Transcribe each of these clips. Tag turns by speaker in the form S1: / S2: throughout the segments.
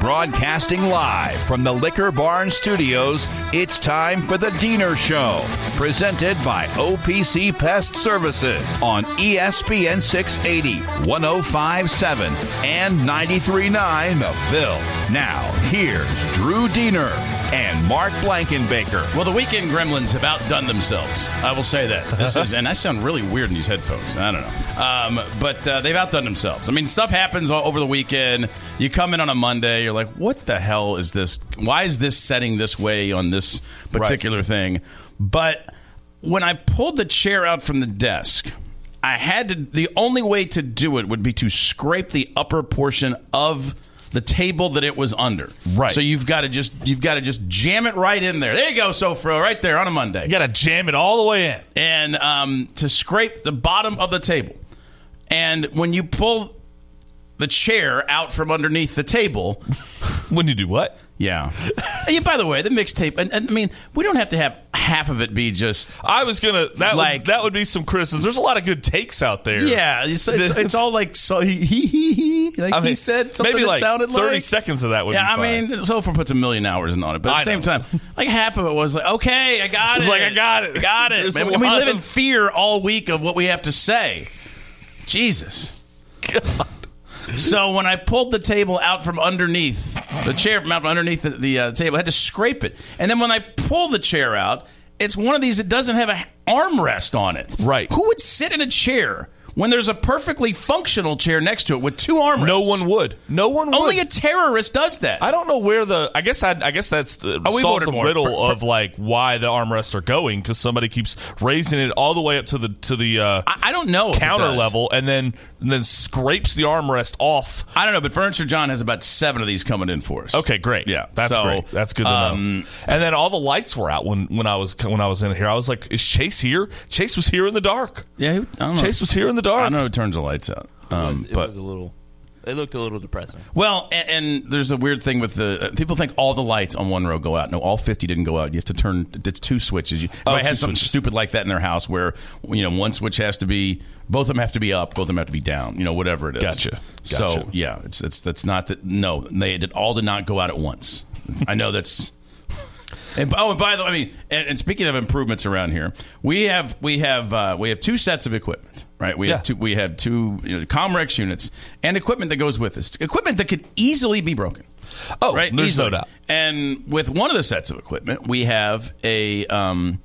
S1: Broadcasting live from the Liquor Barn Studios, it's time for the Diener Show, presented by OPC Pest Services on E ESPN 680, 1057, and 939 Ville. Now, here's Drew Diener and Mark Blankenbaker.
S2: Well, the weekend gremlins have outdone themselves. I will say that. This is, and I sound really weird in these headphones. I don't know. Um, but uh, they've outdone themselves. I mean, stuff happens all over the weekend. You come in on a Monday, you're like, what the hell is this? Why is this setting this way on this particular thing? But when I pulled the chair out from the desk, I had to, the only way to do it would be to scrape the upper portion of the table that it was under.
S3: Right.
S2: So you've got to just you've got to just jam it right in there. There you go, Sofro, right there on a Monday.
S3: You got to jam it all the way in.
S2: And um, to scrape the bottom of the table. And when you pull the chair out from underneath the table,
S3: When you do what?
S2: yeah. yeah by the way, the mixtape. And, and I mean, we don't have to have half of it be just
S3: I was gonna that
S2: Like-
S3: would, that would be some criticism. There's a lot of good takes out there.
S2: Yeah, it's, it's, it's all like so he he he, he like
S3: I mean,
S2: he said something
S3: maybe
S2: that
S3: like
S2: sounded
S3: thirty
S2: like
S3: seconds of that would.
S2: Yeah,
S3: be
S2: I
S3: fine.
S2: mean, Sofer puts a million hours in on it, but at the same
S3: I know.
S2: time, like half of it was like, okay, I got
S3: It's
S2: it.
S3: like, I got it.
S2: got it.
S3: There's
S2: Man,
S3: a
S2: we we
S3: lot
S2: live in
S3: of-
S2: fear all week of what we have to say. Jesus. So when I pulled the table out from underneath the chair from out from underneath the, the uh, table, I had to scrape it, and then when I pull the chair out, it's one of these that doesn't have an armrest on it.
S3: Right.
S2: Who would sit in a chair when there's a perfectly functional chair next to it with two armrests?
S3: no one would. No one would.
S2: Only a terrorist does that.
S3: I don't know where the. I guess I. I guess that's the
S2: Oh, we
S3: solves
S2: voted
S3: the
S2: more.
S3: riddle
S2: For- for-
S3: of like why the armrests are going because somebody keeps raising it all the way up to the to the uh,
S2: I, I don't know. if it
S3: counter
S2: does.
S3: level and then and then scrapes the armrest off.
S2: I don't know, but Furniture John has about seven of these coming in for us.
S3: Okay, great.
S2: Yeah,
S3: that's
S2: so, um,
S3: great. That's good to know. And then all the lights were out when when I was when I was in here. I was like, is Chase here? Chase was here in the dark.
S2: Yeah, who- I don't know.
S3: Chase was here in the
S2: I
S3: dark.
S2: don't know who turns the lights out. Um,
S4: it
S2: but
S4: was a little. It looked a little depressing.
S2: well, and, and there's a weird thing with the uh, people think all the lights on one row go out. No, all 50 didn't go out. You have to turn it's two switches. You, everybody
S3: Oh, two
S2: has something
S3: switches.
S2: stupid like that in their house where you know one switch has to be both of them have to be up, both of them have to be down. You know, whatever it is.
S3: Gotcha.
S2: So
S3: Gotcha.
S2: yeah, it's it's that's not that. No, they did all did not go out at once. I know that's. And oh, and by the way, I mean, and, and speaking of improvements around here, we have we have uh, we have two sets of equipment, right? We
S3: Yeah.
S2: have two we have two you know, Comrex units and equipment that goes with this equipment that could easily be broken.
S3: Oh,
S2: right,
S3: there's
S2: easily.
S3: no doubt.
S2: And with one of the sets of equipment, we have a. Um,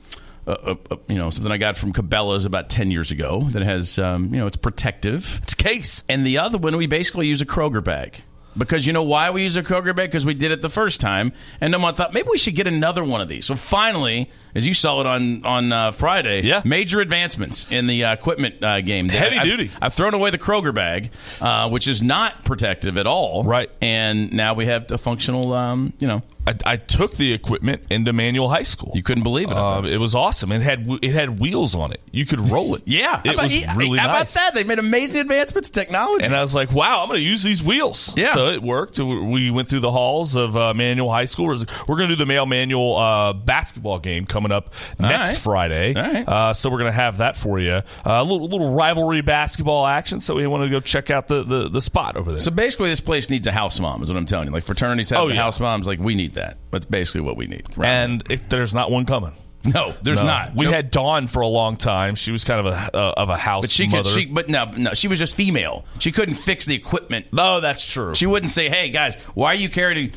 S2: a, a, a- you know something I got from Cabela's about ten years ago that has um, you know it's protective.
S3: It's Case.
S2: And the other one, we basically use a Kroger bag. Because you know why we use a Kroger bag? Because we did it the first time. And then I thought, maybe we should get another one of these. So finally, as you saw it on, on uh, Friday,
S3: Yeah.
S2: major advancements in the uh, equipment uh, game. there.
S3: Heavy
S2: I've-
S3: duty.
S2: I've thrown away the Kroger bag, uh, which is not protective at all.
S3: Right.
S2: And now we have a functional, um, you know,
S3: I, I took the equipment into Manual High School.
S2: you couldn't believe it. I
S3: Um,
S2: bet.
S3: it was awesome. It had it had wheels on it. You could roll it.
S2: yeah. How
S3: it
S2: about,
S3: was
S2: yeah,
S3: really
S2: how about
S3: nice.
S2: that? They've made amazing advancements in technology.
S3: And I was like, "Wow, I'm going to use these wheels."
S2: Yeah.
S3: So it worked. We went through the halls of uh, Manual High School. We're, we're going to do the male Manual uh, basketball game coming up next
S2: right.
S3: Friday.
S2: All right.
S3: Uh, so we're going to have that for you. Uh, a little, little rivalry basketball action. So we want to go check out the, the, the spot over there.
S2: So basically, this place needs a house mom, is what I'm telling you. Like fraternities have
S3: Oh,
S2: the
S3: yeah.
S2: house moms. Like we need that. That's basically what we need. Right?
S3: and it, there's not one coming.
S2: No, there's
S3: No.
S2: not.
S3: We
S2: Nope.
S3: had Dawn for a long time. She was kind of a uh, of a house
S2: But she
S3: mother.
S2: could. She but no, no. She was just female. She couldn't fix the equipment.
S3: no, Oh, that's true.
S2: She wouldn't say, "Hey guys, why are you carrying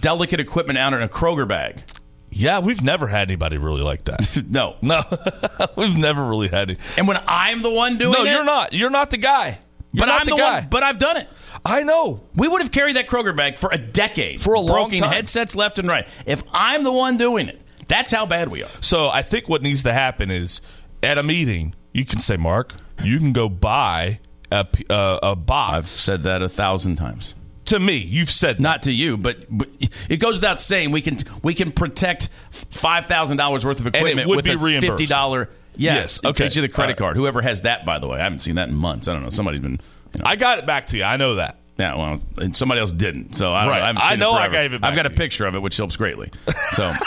S2: delicate equipment out in a Kroger bag?"
S3: yeah, we've never had anybody really like that.
S2: No.
S3: no, we've never really had it.
S2: And when I'm the one doing
S3: No,
S2: it,
S3: you're not. You're not the guy. You're
S2: But
S3: not
S2: I'm
S3: the,
S2: the,
S3: guy.
S2: one. But I've done it.
S3: I know.
S2: We would have carried that Kroger bag for a decade
S3: For a long
S2: broken
S3: time.
S2: headsets left and right. If I'm the one doing it, that's how bad we are.
S3: So I think what needs to happen is at a meeting, you can say, Mark, you can go buy a, p- uh, a box.
S2: said that a thousand times.
S3: to me, you've said
S2: Not to you, but, but it goes without saying we can we can protect five thousand dollars worth of equipment
S3: would
S2: with
S3: be
S2: a
S3: reimbursed.
S2: fifty dollar.
S3: Yes,
S2: Yes, it
S3: okay.
S2: Gives you the credit
S3: Uh,
S2: card. Whoever has that, by the way, I haven't seen that in months. I don't know. Somebody's been. You know,
S3: I got it back to you. I know that.
S2: yeah, well, and somebody else didn't. So I don't
S3: Right.
S2: know. I, haven't
S3: I
S2: seen
S3: know I
S2: forever.
S3: gave it back
S2: I've got
S3: to
S2: a
S3: you.
S2: picture of it, which helps greatly. So.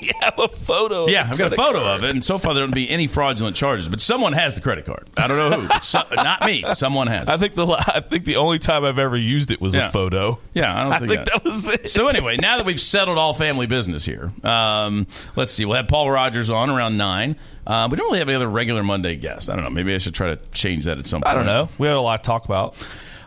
S3: You have a photo.
S2: Yeah, I've got a photo of it, and so far there don't be any fraudulent charges. But someone has the credit card. I don't know who. But so, not me. Someone has.
S3: I
S2: It.
S3: think the la- I think the only time I've ever used it was
S2: Yeah.
S3: a photo.
S2: Yeah, I don't
S3: I
S2: think,
S3: think that was it.
S2: So anyway, now that we've settled all family business here, um, let's see. We'll have Paul Rogers on around nine. Uh, we don't really have any other regular Monday guest. I don't know. Maybe I should try to change that at some point.
S3: I don't know. We had a lot to talk about.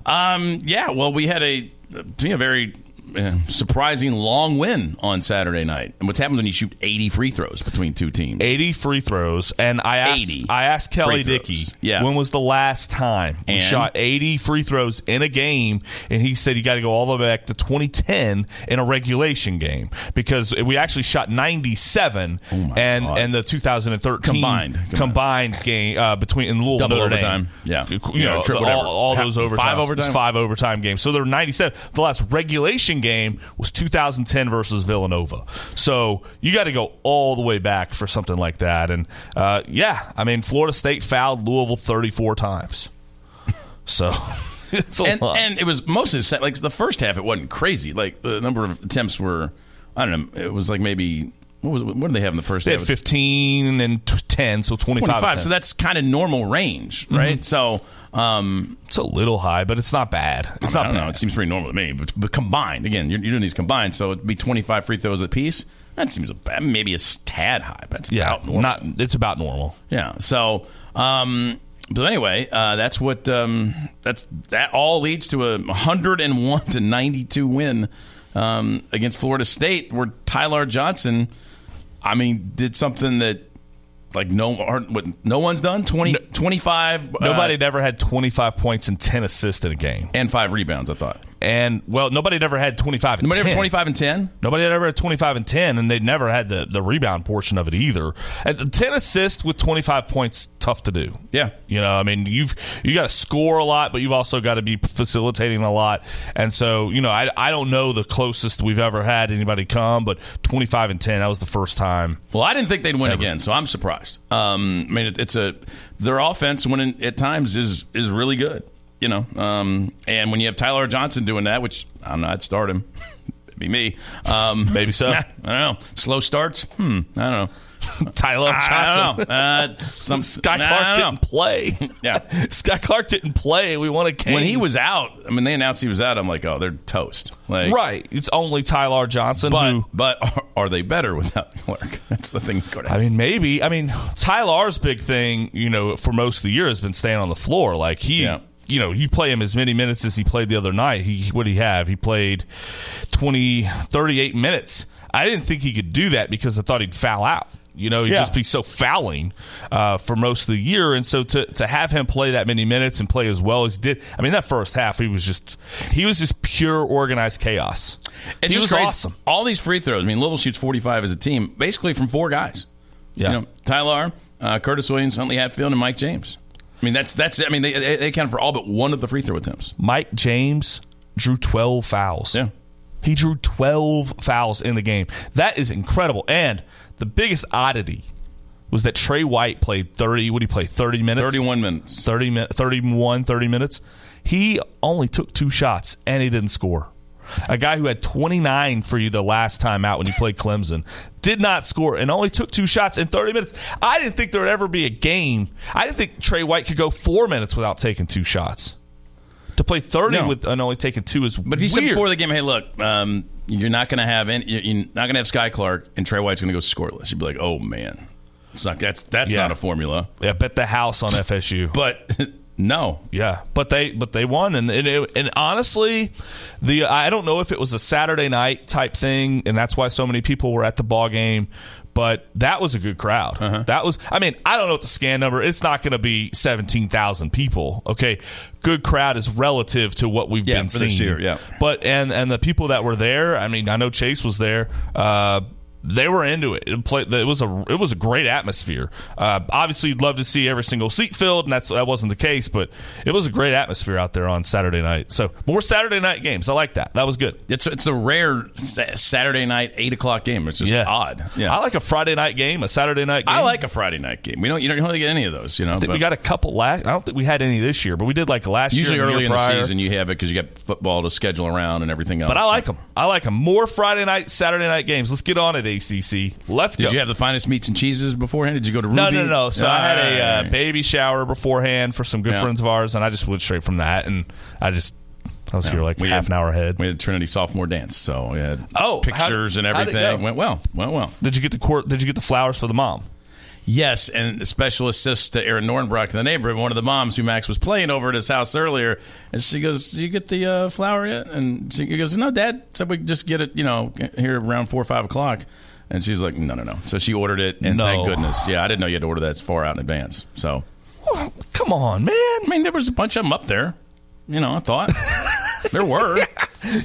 S2: Um, yeah, well, we had a uh, to me, a very uh, surprising long win on Saturday night. And what's happened when you shoot 80 free throws between two teams?
S3: 80 free throws, and I asked
S2: 80
S3: I asked Kelly
S2: free
S3: Dickey,
S2: throws. Yeah.
S3: when was the last time we
S2: And?
S3: shot 80 free throws in a game? And he said you got to go all the way back to 2010 in a regulation game because we actually shot 97 and
S2: Oh God.
S3: and the 2013
S2: Combined. Combined.
S3: combined game uh, between in Louisville
S2: Double
S3: Notre Dame.
S2: overtime. Yeah.
S3: you
S2: Yeah,
S3: know,
S2: tri-
S3: all,
S2: whatever.
S3: all
S2: Ha-
S3: those
S2: five
S3: overtimes.
S2: overtime?
S3: It's five overtime games. So they're 97. The last regulation game was 2010 versus Villanova. So you got to go all the way back for something like that. And uh, yeah, I mean, Florida State fouled Louisville 34 times. So it's a
S2: and,
S3: lot.
S2: and it was mostly the se- like the first half. It wasn't crazy. Like the number of attempts were, I don't know. It was like maybe what was what did they have in the first
S3: they
S2: half?
S3: had 15 and t- 10, so 25. and
S2: 25.
S3: 10.
S2: So that's kind of normal range, right? So um,
S3: it's a little high, but it's not bad. It's
S2: I
S3: not
S2: don't
S3: bad.
S2: know. It seems pretty normal to me. But, but combined, again, you're, you're doing these combined, so it'd be 25 free throws apiece. That seems about, maybe a tad high, but it's
S3: yeah,
S2: about normal.
S3: not it's about normal.
S2: Yeah. So, um, but anyway, uh, that's what um, that's that all leads to a 101 to 92 win um, against Florida State, where Tyler Johnson, I mean, did something that like no hard- what, no one's done 20, 25 uh,
S3: Nobody had ever had 25 points and 10 assists in a game.
S2: and five rebounds. I thought
S3: And well, nobody had ever had 25 and
S2: nobody
S3: 10.
S2: ever 25 and 10.
S3: Nobody had ever had 25 and 10, and they'd never had the, the rebound portion of it either. At the 10 assists with 25 points, tough to do.
S2: Yeah.
S3: You know, I mean, you've you got to score a lot, but you've also got to be facilitating a lot. And so, you know, I, I don't know the closest we've ever had anybody come, but 25 and 10, that was the first time.
S2: Well, I didn't think they'd win again, so I'm surprised. Um, I mean, it, it's a their offense when in, at times is is really good, you know. Um, and when you have Tyler Johnson doing that, which I don't know, I'd start him. It'd be me, um,
S3: Maybe so.
S2: I don't know. Slow starts. Hmm. I don't know.
S3: Tyler Johnson.
S2: I don't know. Uh, some
S3: Scott
S2: I
S3: Clark
S2: don't know.
S3: didn't play.
S2: Yeah.
S3: Scott Clark didn't play. We won a game.
S2: When he was out, I mean, they announced he was out. I'm like, oh, they're toast. Like,
S3: Right. It's only Tyler Johnson
S2: But
S3: who
S2: but are, are they better without Clark? That's the thing. Go to
S3: I mean, maybe. I mean, Tyler's big thing, you know, for most of the year has been staying on the floor. Like he,
S2: Yeah.
S3: you know, you play him as many minutes as he played the other night. He what did he have? He played 20, 38 minutes. I didn't think he could do that because I thought he'd foul out. You know, he'd
S2: Yeah.
S3: just be so fouling uh, for most of the year, and so to to have him play that many minutes and play as well as he did. I mean, that first half he was just he was just pure organized chaos.
S2: It's
S3: he
S2: just
S3: was
S2: crazy.
S3: awesome.
S2: All these free throws. I mean, Louisville shoots 45 as a team, basically from four guys.
S3: Yeah.
S2: You know, Tyler, uh, Curtis Williams, Huntley Hatfield, and Mike James. I mean, that's that's. I mean, they, they, they count for all but one of the free throw attempts.
S3: Mike James drew 12 fouls.
S2: Yeah.
S3: He drew 12 fouls in the game. That is incredible. And the biggest oddity was that Trey White played 30, what did he play, 30 minutes?
S2: 31 minutes.
S3: 30 min- 31, 30 minutes. He only took two shots and he didn't score. A guy who had 29 for you the last time out when you played Clemson did not score and only took two shots in 30 minutes. I didn't think there would ever be a game. I didn't think Trey White could go four minutes without taking two shots. to play 30
S2: No.
S3: with and only taking two is
S2: But if you said
S3: weird.
S2: before the game, hey, look, um, you're not going to have any, you're you're not going to have Sky Clark and Trey White's going to go scoreless. You'd be like, oh man, it's not that's that's
S3: Yeah.
S2: not a formula.
S3: yeah, bet the house on FSU.
S2: But no,
S3: Yeah, but they but they won, and and, it, and honestly, the I don't know if it was a Saturday night type thing, and that's why so many people were at the ball game. But that was a good crowd.
S2: Uh-huh.
S3: That was, I mean, I don't know what the scan number. It's not going to be seventeen thousand people. Okay, good crowd is relative to what we've
S2: Yeah,
S3: been
S2: for
S3: seeing.
S2: this year, yeah.
S3: but and and the people that were there. I mean, I know Chase was there. Uh, they were into it. It, play, it was a it was a great atmosphere. Uh, obviously, you'd love to see every single seat filled, and that's that wasn't the case. But it was a great atmosphere out there on Saturday night. So more Saturday night games. I like that. That was good.
S2: it's it's the rare sa- Saturday night eight o'clock game. It's just odd. Yeah,
S3: I like a Friday night game, a Saturday night game.
S2: I like a Friday night game. We don't you don't really get any of those. You know,
S3: I think
S2: but
S3: we got a couple last. I don't think we had any this year, but we did like last
S2: usually
S3: year. and
S2: early
S3: year
S2: in the
S3: prior.
S2: season you have it because you got football to schedule around and everything else.
S3: But I like them. I like them more Friday night, Saturday night games. Let's get on it, ACC. Let's
S2: Did
S3: go.
S2: you have the finest meats and cheeses beforehand? Did you go to Ruby?
S3: No, no, no. So I had
S2: All
S3: a uh,
S2: right.
S3: baby shower beforehand for some good
S2: Yeah.
S3: friends of ours, and I just went straight from that, and I just I was here like
S2: We
S3: half
S2: had-
S3: an hour ahead.
S2: We had Trinity sophomore dance, so we had
S3: Oh,
S2: pictures and
S3: how'd- how'd it
S2: everything.
S3: go?
S2: Went well, went well.
S3: Did you get the court? Did you get the flowers for the mom?
S2: Yes, and special assist to Aaron Nornbrock in the neighborhood. One of the moms who Max was playing over at his house earlier, and she goes, "Did you get the uh, flower yet?" And she goes, "No, Dad said we could just get it, you know, here around four or five o'clock." And she's like, "No, no, no." So she ordered it, and
S3: No.
S2: thank goodness, yeah, I didn't know you had to order that far out in advance. So
S3: Oh, come on, man.
S2: I mean, there was a bunch of them up there. You know, I thought there were.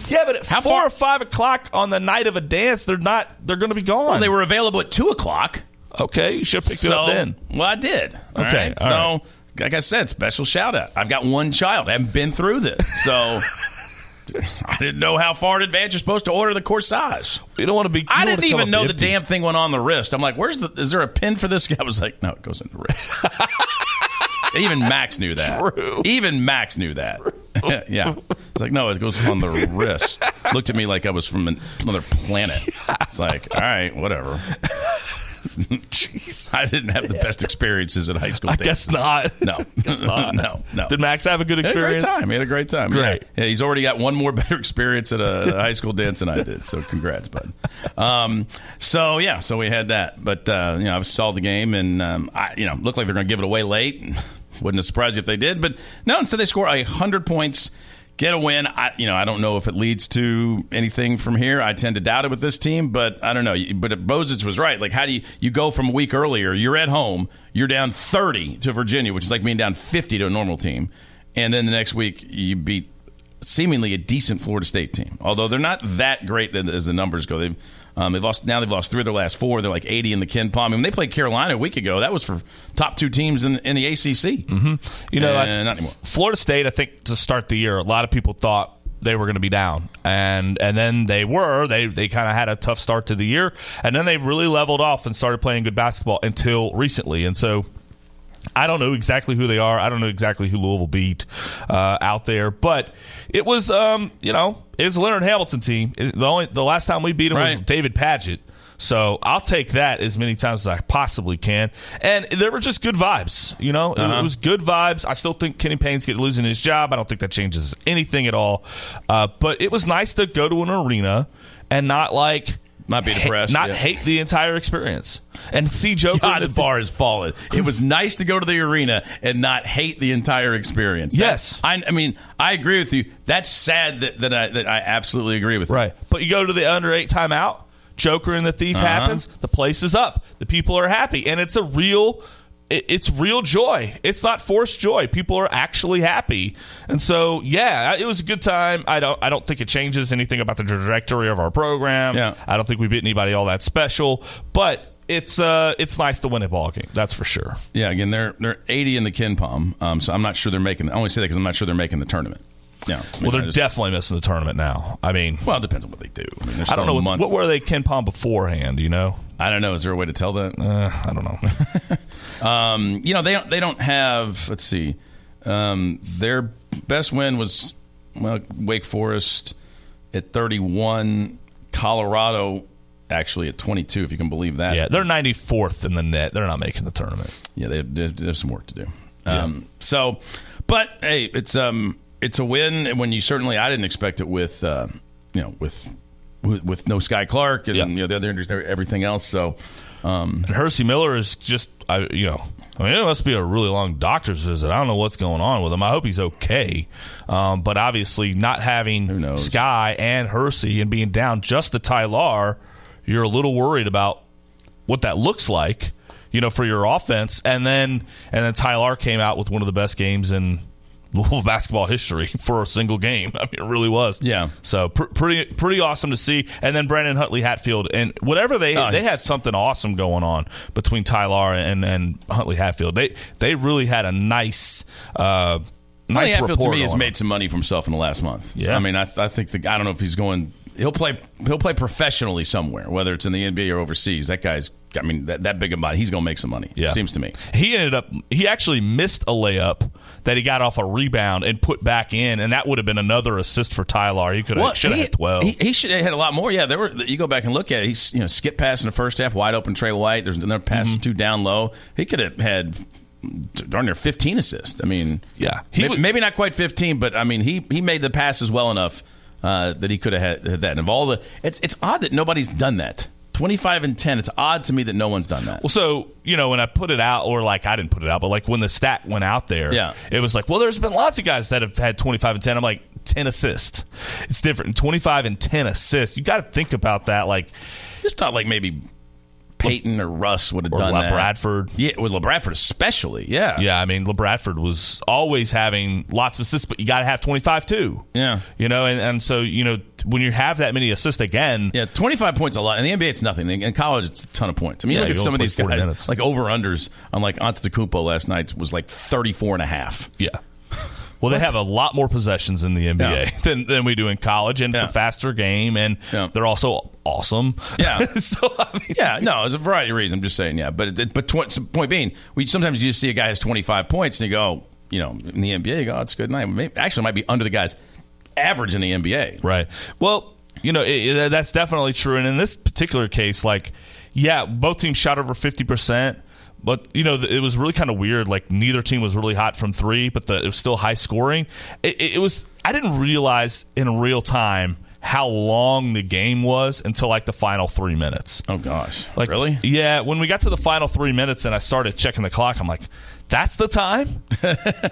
S3: Yeah, but at
S2: How
S3: four
S2: far-
S3: or five o'clock on the night of a dance, they're not. They're going to be gone.
S2: They were available at two o'clock.
S3: okay. You should pick it up then.
S2: Well, I did. All
S3: Okay,
S2: right.
S3: all
S2: So, like I said, special shout out. I've got one child. I haven't been through this. So, I didn't know how far in advance you're supposed to order the corsage.
S3: You don't want to be. you
S2: I
S3: don't wanna
S2: didn't
S3: come
S2: even
S3: up
S2: know the
S3: empty.
S2: damn thing went on the wrist. I'm like, where's the, is there a pin for this? I was like, no, it goes in the wrist. even Max knew that.
S3: True.
S2: Even Max knew that. yeah. It's like, no, it goes on the wrist. Looked at me like I was from an- another planet. It's like, all right, whatever. I didn't have the best experiences at high school.
S3: I guess
S2: dances.
S3: not.
S2: No, no, no.
S3: Did Max have a good
S2: He had a great
S3: experience?
S2: time. He had a great time.
S3: Great.
S2: Yeah. Yeah, he's already got one more better experience at a, at a high school dance than I did. So congrats, bud. Um, so yeah, so we had that. But uh, you know, I saw the game, and um, I, you know, looked like they're going to give it away late. Wouldn't have surprised you if they did, but no. Instead, they score a hundred points. Get a win. I, you know, I don't know if it leads to anything from here. I tend to doubt it with this team, but I don't know. But Bozich was right. Like, how do you you go from a week earlier? You're at home. You're down thirty to Virginia, which is like being down fifty to a normal team, and then the next week you beat seemingly a decent Florida State team, although they're not that great as the numbers go. They've um, they've lost now. They've lost three of their last four. They're like eighty in the Ken Palm. I mean, they played Carolina a week ago. That was for top two teams in, in the ACC. Mm-hmm.
S3: You know,
S2: Uh,
S3: I,
S2: not anymore.
S3: Florida State. I think to start the year, a lot of people thought they were going to be down, and and then they were. They they kind of had a tough start to the year, and then they really leveled off and started playing good basketball until recently. And so, I don't know exactly who they are. I don't know exactly who Louisville beat uh, out there, but it was um, you know it's Leonard Hamilton team. It- The only the last time we beat them was
S2: Right.
S3: David Paget. So I'll take that as many times as I possibly can. And there were just good vibes, you know. It-
S2: Uh-huh.
S3: It was good vibes. I still think Kenny Payne's get losing his job. I don't think that changes anything at all. Uh, but it was nice to go to an arena and not like
S2: Not be
S3: ha-
S2: depressed,
S3: not
S2: yeah.
S3: hate the entire experience and see Joker.
S2: God,
S3: in
S2: the
S3: the-
S2: bar has fallen. It was nice to go to the arena and not hate the entire experience. That-
S3: Yes.
S2: I, I mean, I agree with you. That's sad that, that I that I absolutely agree with. you.
S3: Right. But you go to the under eight timeout, Joker and the Thief
S2: Uh-huh.
S3: happens, the place is up, the people are happy, and it's a real it- it's real joy. It's not forced joy. People are actually happy, and so yeah, it was a good time. I don't. I don't think it changes anything about the trajectory of our program.
S2: Yeah.
S3: I don't think we beat anybody all that special, but it's uh, it's nice to win a ball game. That's for sure.
S2: Yeah. Again, they're they're eighty in the Ken Palm. Um, so I'm not sure they're making. I only say that because I'm not sure they're making the tournament. Yeah. I mean,
S3: Well,
S2: I
S3: they're
S2: just-
S3: definitely missing the tournament now. I mean,
S2: Well, it depends on what they do. I, mean, there's
S3: I don't
S2: still
S3: know
S2: a
S3: what,
S2: month.
S3: what were they Ken Palm beforehand. You know,
S2: I don't know. Is there a way to tell that?
S3: uh, I don't know.
S2: Um, you know they don't, they don't have. Let's see. Um, their best win was well Wake Forest at 31, Colorado actually at 22. If you can believe that.
S3: Yeah, they're 94th in the net. They're not making the tournament.
S2: yeah. They, there's, there's some work to do. Um, So, but hey, it's um, it's a win and when you certainly I didn't expect it with uh, you know with with, with no Sky Clark and
S3: Yeah.
S2: you know the other everything else. So um,
S3: And Hersey Miller is just, I, you know, I mean, it must be a really long doctor's visit. I don't know what's going on with him. I hope he's okay. Um, but obviously, not having
S2: knows?
S3: Sky and Hersey and being down just to Tylar, you're a little worried about what that looks like, you know, for your offense. And then, and then Tylar came out with one of the best games in Louisville basketball history for a single game. I mean, it really was.
S2: Yeah.
S3: So pr- pretty, pretty awesome to see. And then Brandon Huntley Hatfield and whatever they
S2: Oh,
S3: they
S2: he's-
S3: had something awesome going on between Tyler and and Huntley Hatfield. They they really had a nice uh, nice
S2: Huntley Hatfield to
S3: rapport
S2: me has
S3: going
S2: made some money for himself in the last month.
S3: Yeah.
S2: I mean, I, I think the I don't know if he's going. He'll play. He'll play professionally somewhere, whether it's in the NBA or overseas. That guy's. I mean, that, that big a body. He's going to make some money.
S3: Yeah.
S2: seems to me.
S3: on. He ended up he actually missed a layup that he got off a rebound and put back in, and that would have been another assist for Tyler. He could have should have
S2: he-
S3: had twelve.
S2: He, he should have had a lot more. Yeah, there were. You go back and look at it. He's you know skip pass in the first half, wide open Trey White. There's another pass
S3: Mm-hmm.
S2: two down low. He could have had darn near 15 assists. I mean,
S3: Yeah. He
S2: maybe,
S3: was-
S2: maybe not quite 15, but I mean he he made the passes well enough uh, that he could have had, had that. And of all the, it's it's odd that nobody's done that. 25 and 10. It's odd to me that no one's done that.
S3: Well, so you know when I put it out, or like I didn't put it out, but like when the stat went out there,
S2: Yeah.
S3: it was like, well, there's been lots of guys that have had 25 and 10. I'm like, 10 assists. It's different. 25 and 10 assists. You got to think about that. Like,
S2: Just thought like maybe Peyton or Russ would have
S3: Or
S2: done
S3: Le
S2: that.
S3: Bradford.
S2: Yeah, with Le Bradford especially. Yeah.
S3: yeah, I mean, LeBradford was always having lots of assists, but you got to have 25 too.
S2: Yeah.
S3: you know, and and so you know when you have that many assists again,
S2: Yeah, 25 points a lot. In the NBA, it's nothing. In college, it's a ton of points. I mean,
S3: Yeah,
S2: look at
S3: you
S2: some
S3: only
S2: of
S3: play
S2: these
S3: 40
S2: guys.
S3: minutes.
S2: Like over-unders on like Antetokounmpo last night was like 34 and a half.
S3: Yeah. Well, they have a lot more possessions in the NBA
S2: Yeah.
S3: than, than we do in college, and it's
S2: Yeah.
S3: a faster game, and
S2: Yeah.
S3: they're also awesome.
S2: Yeah.
S3: so, I mean,
S2: Yeah, no, it's a variety of reasons. I'm just saying, yeah. But it, but tw- so point being, we sometimes you just see a guy has 25 points and you go, you know, in the NBA, you go, oh, it's a good night. Maybe, actually, it might be under the guy's average in the NBA.
S3: Right. Well, you know, it, it- that's definitely true. And in this particular case, like, yeah, both teams shot over 50%. But you know it was really kind of weird. Like neither team was really hot from three, but the, it was still high scoring. It, it, it was I didn't realize in real time how long the game was until like the final three minutes.
S2: Oh gosh,
S3: Like
S2: really?
S3: Yeah. When we got to the final three minutes and I started checking the clock, I'm like, "That's the time."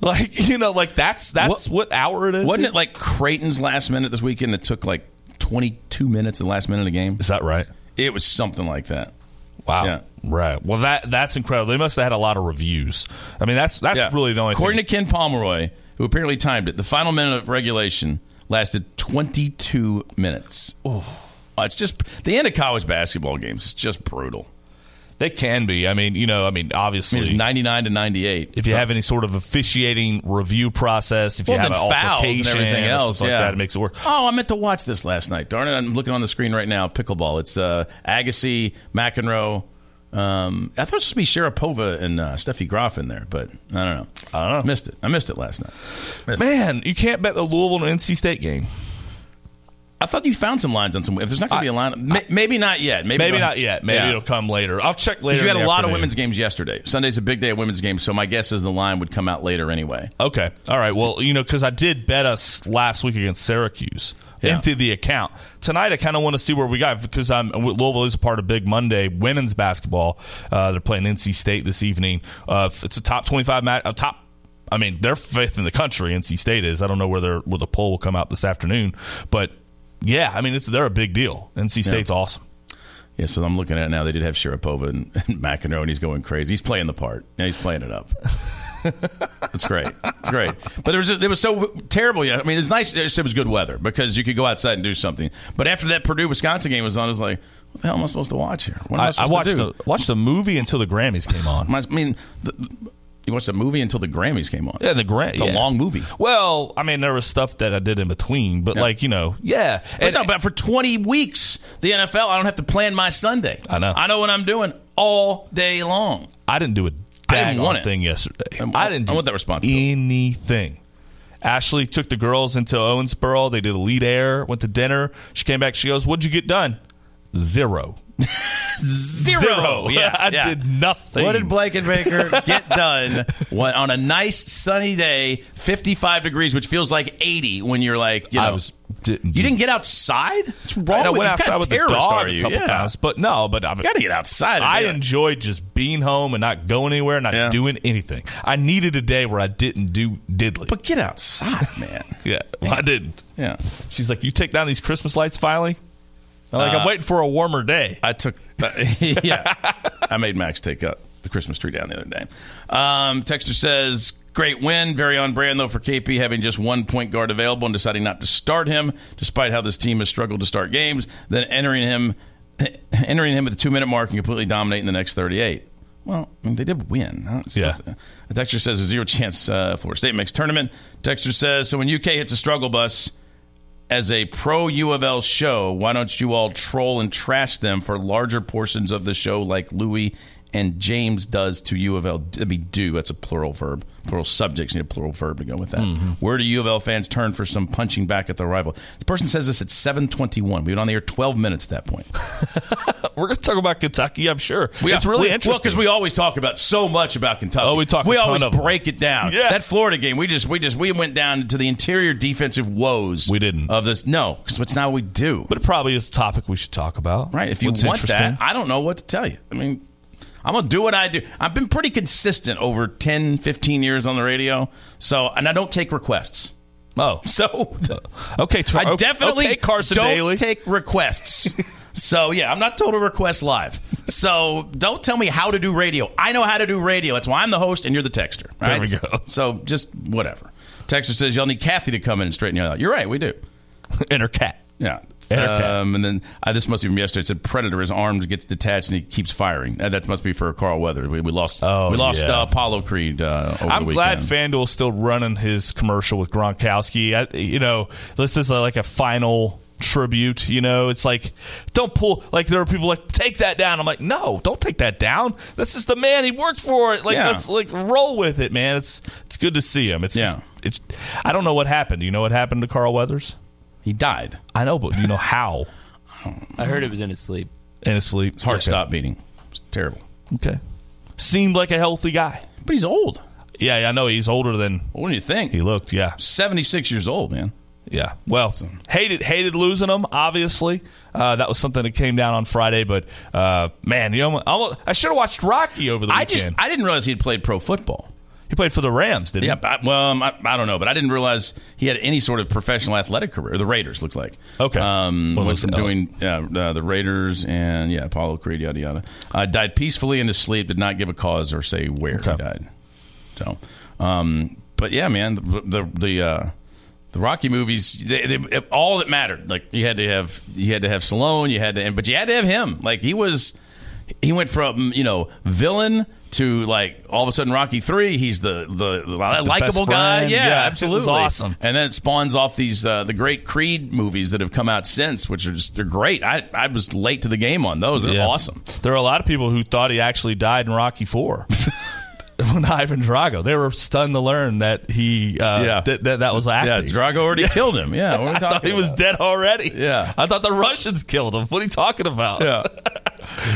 S3: like you know, like that's that's what, hour it is.
S2: Wasn't it like Creighton's last minute this weekend that took like 22 minutes the last minute of the game?
S3: Is that right?
S2: It was something like that.
S3: Wow.
S2: Yeah.
S3: Right. Well, that that's incredible. They must have had a lot of reviews. I mean, that's that's
S2: Yeah.
S3: really the only
S2: According
S3: thing.
S2: to Ken Pomeroy, who apparently timed it, the final minute of regulation lasted 22 minutes. Uh, It's just the end of college basketball games. It's just brutal.
S3: they can be. I mean, you know, I mean,
S2: I
S3: obviously,
S2: mean, it was 99 to 98.
S3: if you have any sort of officiating review process, if you
S2: Well,
S3: have an
S2: then fouls and
S3: altercation
S2: everything
S3: or
S2: else,
S3: something
S2: yeah.
S3: like that, it makes it work.
S2: Oh, I meant to watch this last night. Darn it! I'm looking on the screen right now. Pickleball. It's uh, Agassi, McEnroe. Um, I thought it was supposed to be Sharapova and uh, Steffi Graf in there, but I don't know.
S3: I don't know.
S2: Missed it. I missed it last night.
S3: Man, you can't bet the Louisville and NC State game.
S2: I thought you found some lines on some. If there's not going to be a line, ma- maybe not yet. Maybe,
S3: Maybe
S2: they'll-
S3: not yet. Maybe
S2: Yeah.
S3: it'll come later. I'll check later.
S2: Because you
S3: in
S2: had a
S3: the
S2: lot of
S3: afternoon.
S2: women's games yesterday. Sunday's a big day of women's games, so my guess is the line would come out later anyway.
S3: Okay. All right. Well, you know, because I did bet us last week against Syracuse.
S2: Yeah.
S3: Empty the account tonight. I kind of want to see where we got because I'm Louisville is a part of Big Monday women's basketball. Uh, they're playing NC State this evening. Uh, it's a top 25 match. A top. I mean, they're fifth in the country. NC State is. I don't know where their where the poll will come out this afternoon, but yeah, I mean, it's they're a big deal. NC State's awesome.
S2: Yeah, so I'm looking at it now. They did have Sharapova and, and McEnroe, and he's going crazy. He's playing the part. Yeah, he's playing it up. That's great. It's great. But it was just, it was so terrible. Yeah, I mean, it was nice. It just- it was good weather because you could go outside and do something. But after that Purdue Wisconsin game was on, I was like, what the hell am I supposed to watch here? What am I,
S3: I, I
S2: supposed
S3: watched
S2: to do?
S3: a, watched a movie until the Grammys came on.
S2: Am I- I mean, the, you watched a movie until the Grammys came on.
S3: Yeah, the Gram-
S2: It's a
S3: yeah.
S2: long movie.
S3: Well, I mean, there was stuff that I did in between, but like you know, yeah.
S2: But
S3: And-
S2: no, but for 20 weeks, the NFL, I don't have to plan my Sunday.
S3: I know.
S2: I know what I'm doing all day long.
S3: I didn't do a
S2: I didn't
S3: daggone
S2: want it.
S3: thing yesterday.
S2: I'm-
S3: I didn't. Do
S2: I want that responsibility.
S3: Anything. Ashley took the girls into Owensboro. They did a lead air. Went to dinner. She came back. She goes, "What'd you get done?" Zero.
S2: Zero. Yeah,
S3: I
S2: yeah.
S3: did nothing.
S2: What did Blake and Baker get done when, on a nice sunny day, 55 degrees, which feels like 80 when you're like, you know,
S3: I was didn't.
S2: you didn't get outside? What's wrong
S3: I know,
S2: with you?
S3: went
S2: What kind
S3: outside
S2: of
S3: with the
S2: terrorist
S3: dog
S2: are
S3: a
S2: you?
S3: couple
S2: yeah.
S3: times, but no, but I
S2: You gotta get outside. and
S3: I
S2: do it.
S3: enjoyed just being home and not going anywhere, not
S2: Yeah.
S3: doing anything. I needed a day where I didn't do diddly.
S2: But get outside, man.
S3: yeah, well, I didn't.
S2: yeah.
S3: She's like, "You take down these Christmas lights finally." I'm like,
S2: Uh,
S3: "I'm waiting for a warmer day."
S2: I took, uh, yeah. I made Max take up the Christmas tree down the other day. Um, Texter says, great win. Very on brand, though, for KP, having just one point guard available and deciding not to start him, despite how this team has struggled to start games, then entering him. Entering him at the two minute mark and completely dominating the next 38. Well, I mean, they did win. Huh? It's
S3: Yeah.
S2: tough. A Texture says a zero chance uh, Florida State makes tournament. Texture says, so when UK hits a struggle bus, as a pro U of L show, why don't you all troll and trash them for larger portions of the show like Louis and James does to U of L? That'd be do. That's a plural verb. Plural subjects need a plural verb to go with that.
S3: Mm-hmm.
S2: Where do U of L fans turn for some punching back at the rival? This person says this at 721. We've been on the air 12 minutes at that point.
S3: We're gonna talk about Kentucky, I'm sure. it's
S2: Yeah.
S3: really
S2: We-
S3: interesting.
S2: Well, because we always talk about so much about Kentucky.
S3: Oh, we talk a
S2: We
S3: ton
S2: always
S3: of them.
S2: break it down.
S3: Yeah.
S2: That Florida game, we just we just we went down to the interior defensive woes.
S3: We didn't.
S2: of this. No, because it's not what we do.
S3: but it probably is a topic we should talk about.
S2: right? If you
S3: What's
S2: want
S3: interesting.
S2: that, I don't know what to tell you. I mean, I'm gonna do what I do. I've been pretty consistent over 10, 15 years on the radio. So, and I don't take requests.
S3: oh,
S2: So,
S3: okay. Tor-
S2: I
S3: okay,
S2: definitely
S3: okay, Carson
S2: don't
S3: Daly.
S2: take requests. so yeah, I'm not total request live. So don't tell me how to do radio. I know how to do radio. That's why I'm the host and you're the texter.
S3: There
S2: Right?
S3: we go.
S2: So just whatever. Texter says y'all need Kathy to come in and straighten you out. You're right, we do.
S3: and her cat.
S2: Yeah.
S3: And her cat.
S2: Um, and then uh, this must be from yesterday. It said Predator. His arm gets detached and he keeps firing. Uh, that must be for Carl Weathers. We, we lost.
S3: Oh,
S2: we lost
S3: yeah.
S2: uh, Apollo Creed. Uh, over
S3: I'm
S2: the
S3: glad
S2: weekend.
S3: FanDuel's still running his commercial with Gronkowski. I, you know, this is like a final tribute. You know, it's like don't pull. Like there are people like take that down. I'm like, no, don't take that down. This is the man. He worked for it. Like
S2: Yeah.
S3: let's like roll with it, man. It's it's good to see him. It's
S2: Yeah.
S3: just- it's. I don't know what happened. Do you know what happened to Carl Weathers?
S2: he died.
S3: I know, but you know Oh, how.
S4: I heard it was in his sleep.
S3: In his sleep,
S2: His heart stopped beating. It's terrible.
S3: Okay, seemed like a healthy guy.
S2: But he's old.
S3: Yeah, yeah, I know he's older than
S2: What do you think?
S3: he looked. Yeah,
S2: 76 years old, man.
S3: Yeah. Well, hated hated losing them. Obviously, uh, that was something that came down on Friday. But uh, man, you know, almost, I should have watched Rocky over the
S2: I
S3: weekend.
S2: just I didn't realize he'd played pro football.
S3: he played for the Rams, didn't
S2: Yeah,
S3: he?
S2: but I, well, um, I, I don't know, but I didn't realize he had any sort of professional athletic career. The Raiders looked like
S3: Okay.
S2: Um,
S3: Well,
S2: went
S3: it
S2: from
S3: was-
S2: doing yeah, uh, the Raiders and yeah, Apollo Creed, yada yada. Uh, died peacefully in his sleep. Did not give a cause or say where he
S3: Okay.
S2: died. So, um, but yeah, man, the the the, uh, the Rocky movies, they, they, all that mattered. Like you had to have you had to have Stallone, you had to, but you had to have him. Like he was, he went from you know villain to like all of a sudden Rocky three. He's the the, the likable
S3: best
S2: guy.
S3: friend.
S2: Yeah,
S3: Yeah, it was
S2: absolutely
S3: awesome.
S2: and then it spawns off these uh, the great Creed movies that have come out since, which are just they're great. I I was late to the game on those. They're
S3: Yeah.
S2: awesome.
S3: There are a lot of people who thought he actually died in Rocky Four. When Ivan Drago, they were stunned to learn that he, uh,
S2: Yeah.
S3: that, that that was acting.
S2: Yeah, Uh, Drago already killed him. Yeah, what are we
S3: I thought
S2: talking
S3: he was
S2: about?
S3: dead already.
S2: Yeah.
S3: I thought the Russians killed him. What are you talking about?
S2: Yeah.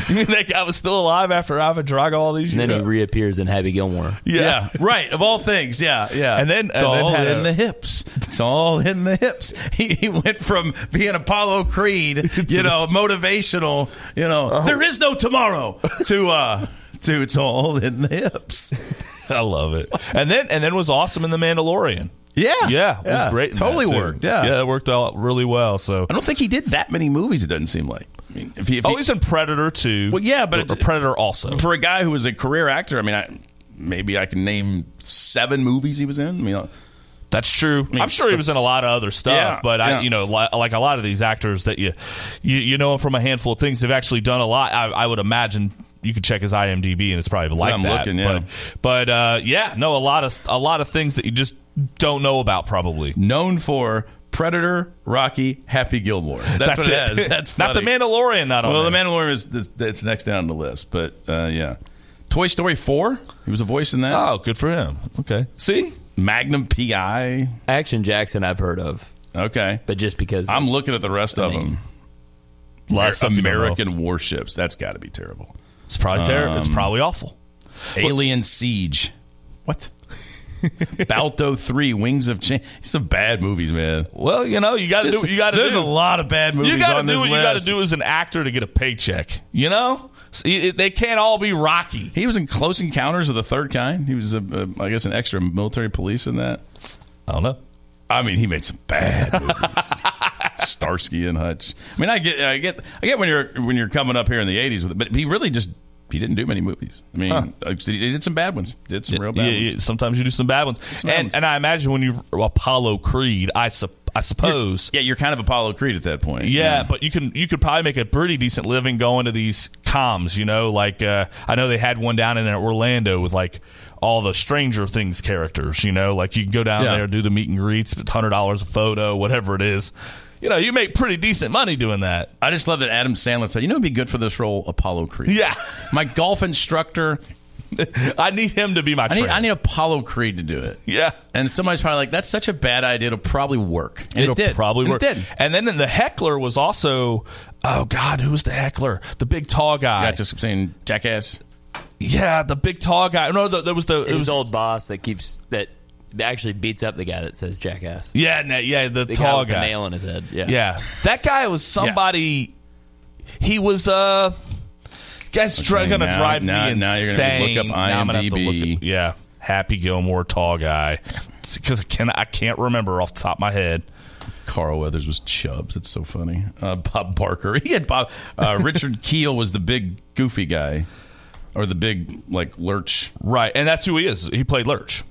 S3: you mean that guy was still alive after Ivan Drago all these
S4: And
S3: years?
S4: then he reappears in Happy Gilmore.
S2: Yeah. right. Of all things, yeah, yeah.
S3: And then-
S2: it's
S3: and then
S2: all
S3: had
S2: in
S3: a-
S2: the hips. It's all in the hips. He, he went from being Apollo Creed, you know, motivational, you know,
S3: Uh-huh.
S2: there is no tomorrow, to uh, to it's all in the hips.
S3: I love it. And then and then was awesome in The Mandalorian.
S2: Yeah,
S3: Yeah, it was great. in that,
S2: Totally
S3: too.
S2: worked. Yeah,
S3: yeah, it worked out really well. So,
S2: I don't think he did that many movies. It doesn't seem like. I mean, if he, if he-
S3: oh, he's in Predator too.
S2: Well, yeah, but
S3: Or
S2: it's-
S3: Predator also.
S2: for a guy who was a career actor, I mean, I, maybe I can name seven movies he was in. I mean, uh,
S3: That's true. I'm sure he was in a lot of other stuff,
S2: Yeah,
S3: but I,
S2: yeah.
S3: you know, li- like a lot of these actors that you, you, you know him from a handful of things. They've actually done a lot. I, I would imagine you could check his IMDb, and it's probably like
S2: I'm
S3: that.
S2: looking, yeah.
S3: But, but uh, yeah, no, a lot of a lot of things that you just don't know about probably.
S2: known for Predator, Rocky, Happy Gilmore. That's, what it is. That's
S3: not the
S2: funny.
S3: Mandalorian. Not on
S2: Well, the
S3: there.
S2: Mandalorian is this, that's next down the list, but uh, yeah, Toy Story four. He was a voice in that.
S3: Oh, good for him. Okay, see,
S2: Magnum PI.
S4: Action Jackson, I've heard of,
S2: Okay,
S4: but just because
S2: I'm looking at the rest of
S4: mean-
S2: them.
S3: A lot of stuff you don't know.
S2: American warships. That's got to be terrible.
S3: It's probably terrible.
S2: Um,
S3: It's probably awful.
S2: Alien Siege. What? Balto 3, Wings of Change. These are bad movies, man.
S3: Well, you know, you got to do. what You got to.
S2: There's
S3: do.
S2: a lot of bad movies
S3: You gotta
S2: on
S3: do
S2: this
S3: what
S2: list.
S3: you got to do as an actor to get a paycheck. You know, See, it- they can't all be Rocky.
S2: He was in Close Encounters of the Third Kind. He was, a, a, I guess, an extra military police in that.
S3: I don't know.
S2: I mean, he made some bad movies. Starsky and Hutch. I mean, I get, I get, I get when you're when you're coming up here in the '80s, with it, but he really just he didn't do many movies. I mean, uh, he did some bad ones. Did some real bad
S3: Yeah,
S2: ones.
S3: yeah, sometimes you do some bad ones,
S2: bad
S3: and
S2: ones.
S3: and I imagine when you Apollo Creed, I sup- I suppose.
S2: Yeah, you're kind of Apollo Creed at that point.
S3: Yeah, but you can you could probably make a pretty decent living going to these comms. You know, like uh, I know they had one down in Orlando with like all the Stranger Things characters. You know, like you can go down
S2: Yeah.
S3: there do the meet and greets, it's hundred dollars a photo, whatever it is. You know, you make pretty decent money doing that.
S2: I just love that Adam Sandler said, "You know, it'd be good for this role, Apollo Creed."
S3: Yeah.
S2: my golf instructor.
S3: I need him to be my
S2: I need,
S3: trainer.
S2: I need Apollo Creed to do it.
S3: yeah.
S2: And somebody's probably like, "That's such a bad idea. It'll probably work." And
S3: It'll
S2: it did.
S3: probably
S2: And
S3: work.
S2: It did.
S3: And then the heckler was also, oh God, who was the heckler? The big tall guy.
S2: I just saying, jackass.
S3: yeah, the big tall guy. No, the, there was the it
S4: His
S3: was
S4: old boss that keeps that that actually beats up the guy that says jackass.
S3: yeah, no, yeah, the,
S4: The guy
S3: tall
S4: with
S3: guy.
S4: the nail in his head. Yeah.
S3: Yeah. That guy was somebody. He was uh. That's dr-
S2: Okay,
S3: gonna
S2: now-
S3: drive
S2: now-
S3: me insane.
S2: now you're gonna look up
S3: Now I'm gonna have to look
S2: IMDb.
S3: at- yeah, Happy Gilmore, tall guy. Because I can I can't remember off the top of my head.
S2: Carl Weathers was Chubbs. It's so funny. Uh, Bob Barker. He had Bob. Uh, Richard Keel was the big goofy guy, or the big like lurch.
S3: Right, and that's who he is. He played Lurch.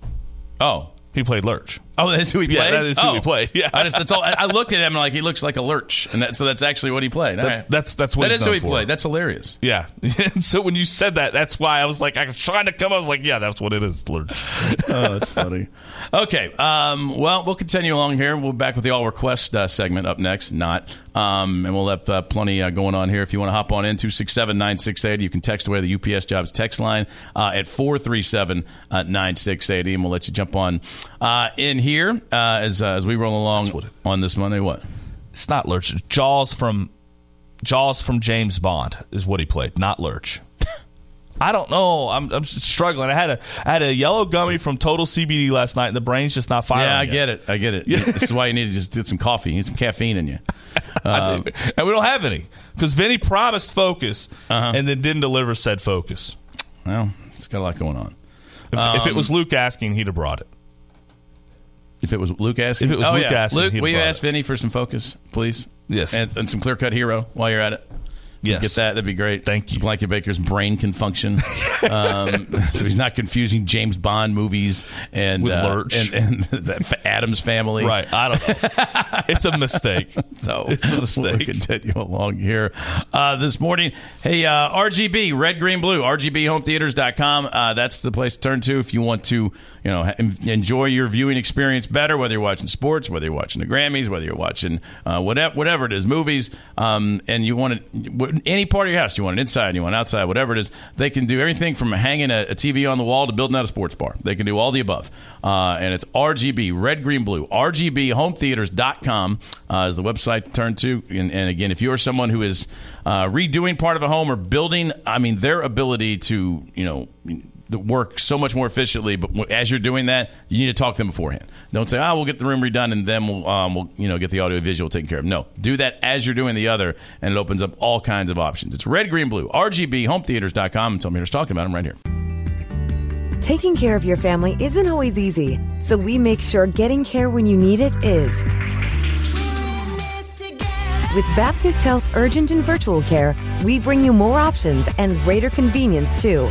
S2: Oh,
S3: He played Lurch.
S2: oh, that's who he played.
S3: Yeah, that is who
S2: oh.
S3: he played. Yeah.
S2: I just that's all. I I looked at him and like he looks like a lurch, and that, so that's actually what he played. All right.
S3: that's- that's what
S2: that
S3: he's
S2: is who
S3: known
S2: he
S3: for.
S2: played. That's hilarious.
S3: Yeah. And so when you said that, that's why I was like, I was trying to come. I was like, yeah, that's what it is, Lurch.
S2: Oh, that's funny. okay. Um, well, we'll continue along here. We'll be back with the all request uh, segment up next. Not. Um, and we'll have uh, plenty uh, going on here. If you want to hop on in, 267 9680, you can text away the UPS jobs text line uh, at 437 9680. And we'll let you jump on uh, in here uh, as, uh, as we roll along on this Monday. What?
S3: it's not Lurch. It's Jaws from Jaws from James Bond is what he played, not Lurch. I don't know. I'm, I'm struggling. I had a I had a yellow gummy from Total CBD last night, and the brain's just not firing.
S2: Yeah, I
S3: yet.
S2: get it. I get it. this is why you need to just get some coffee. You need some caffeine in you.
S3: I do. Um, and we don't have any because Vinny promised focus
S2: Uh-huh.
S3: and then didn't deliver said focus.
S2: Well, it's got a lot going on.
S3: If, if
S2: Um,
S3: it was Luke asking, he'd have brought it.
S2: If it was Luke asking,
S3: If it was
S2: oh,
S3: Luke
S2: yeah.
S3: asking,
S2: Luke,
S3: he'd
S2: will you
S3: have brought
S2: ask Vinny for some focus, please?
S3: Yes.
S2: and, and some clear cut hero while you're at it.
S3: Yes,
S2: Get that? That'd be great.
S3: Thank you.
S2: So Blanket Baker's brain can function, um, so he's not confusing James Bond movies and uh,
S3: With Lurch.
S2: and, and the Adams family.
S3: Right. I don't know. it's a mistake.
S2: So
S3: It's a mistake.
S2: We'll continue along here uh, this morning. Hey, uh, RGB, red, green, blue, RGBHomeTheaters.com. Uh, that's the place to turn to if you want to, you know, ha- en- enjoy your viewing experience better. Whether you're watching sports, whether you're watching the Grammys, whether you're watching uh, whatever whatever it is, movies, um, and you want to any part of your house, you want it inside, you want it outside, whatever it is, they can do everything from hanging a, a TV on the wall to building out a sports bar. They can do all the above, uh, and it's RGB, red, green, blue, RGBHomeTheaters.com uh, is the website to turn to. And, and again, if you are someone who is uh, redoing part of a home or building, I mean, their ability to, you know, the work so much more efficiently. But w- as you're doing that, you need to talk to them beforehand. Don't say, "Ah, we'll get the room redone and then we'll, um, we'll you know get the audio visual taken care of." No, do that as you're doing the other, and it opens up all kinds of options. It's red, green, blue, RGB, HomeTheaters.com, and so I'm here just talking about them right here.
S5: Taking care of your family isn't always easy, so we make sure getting care when you need it is. With Baptist Health Urgent and Virtual Care, we bring you more options and greater convenience too.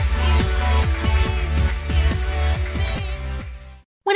S6: When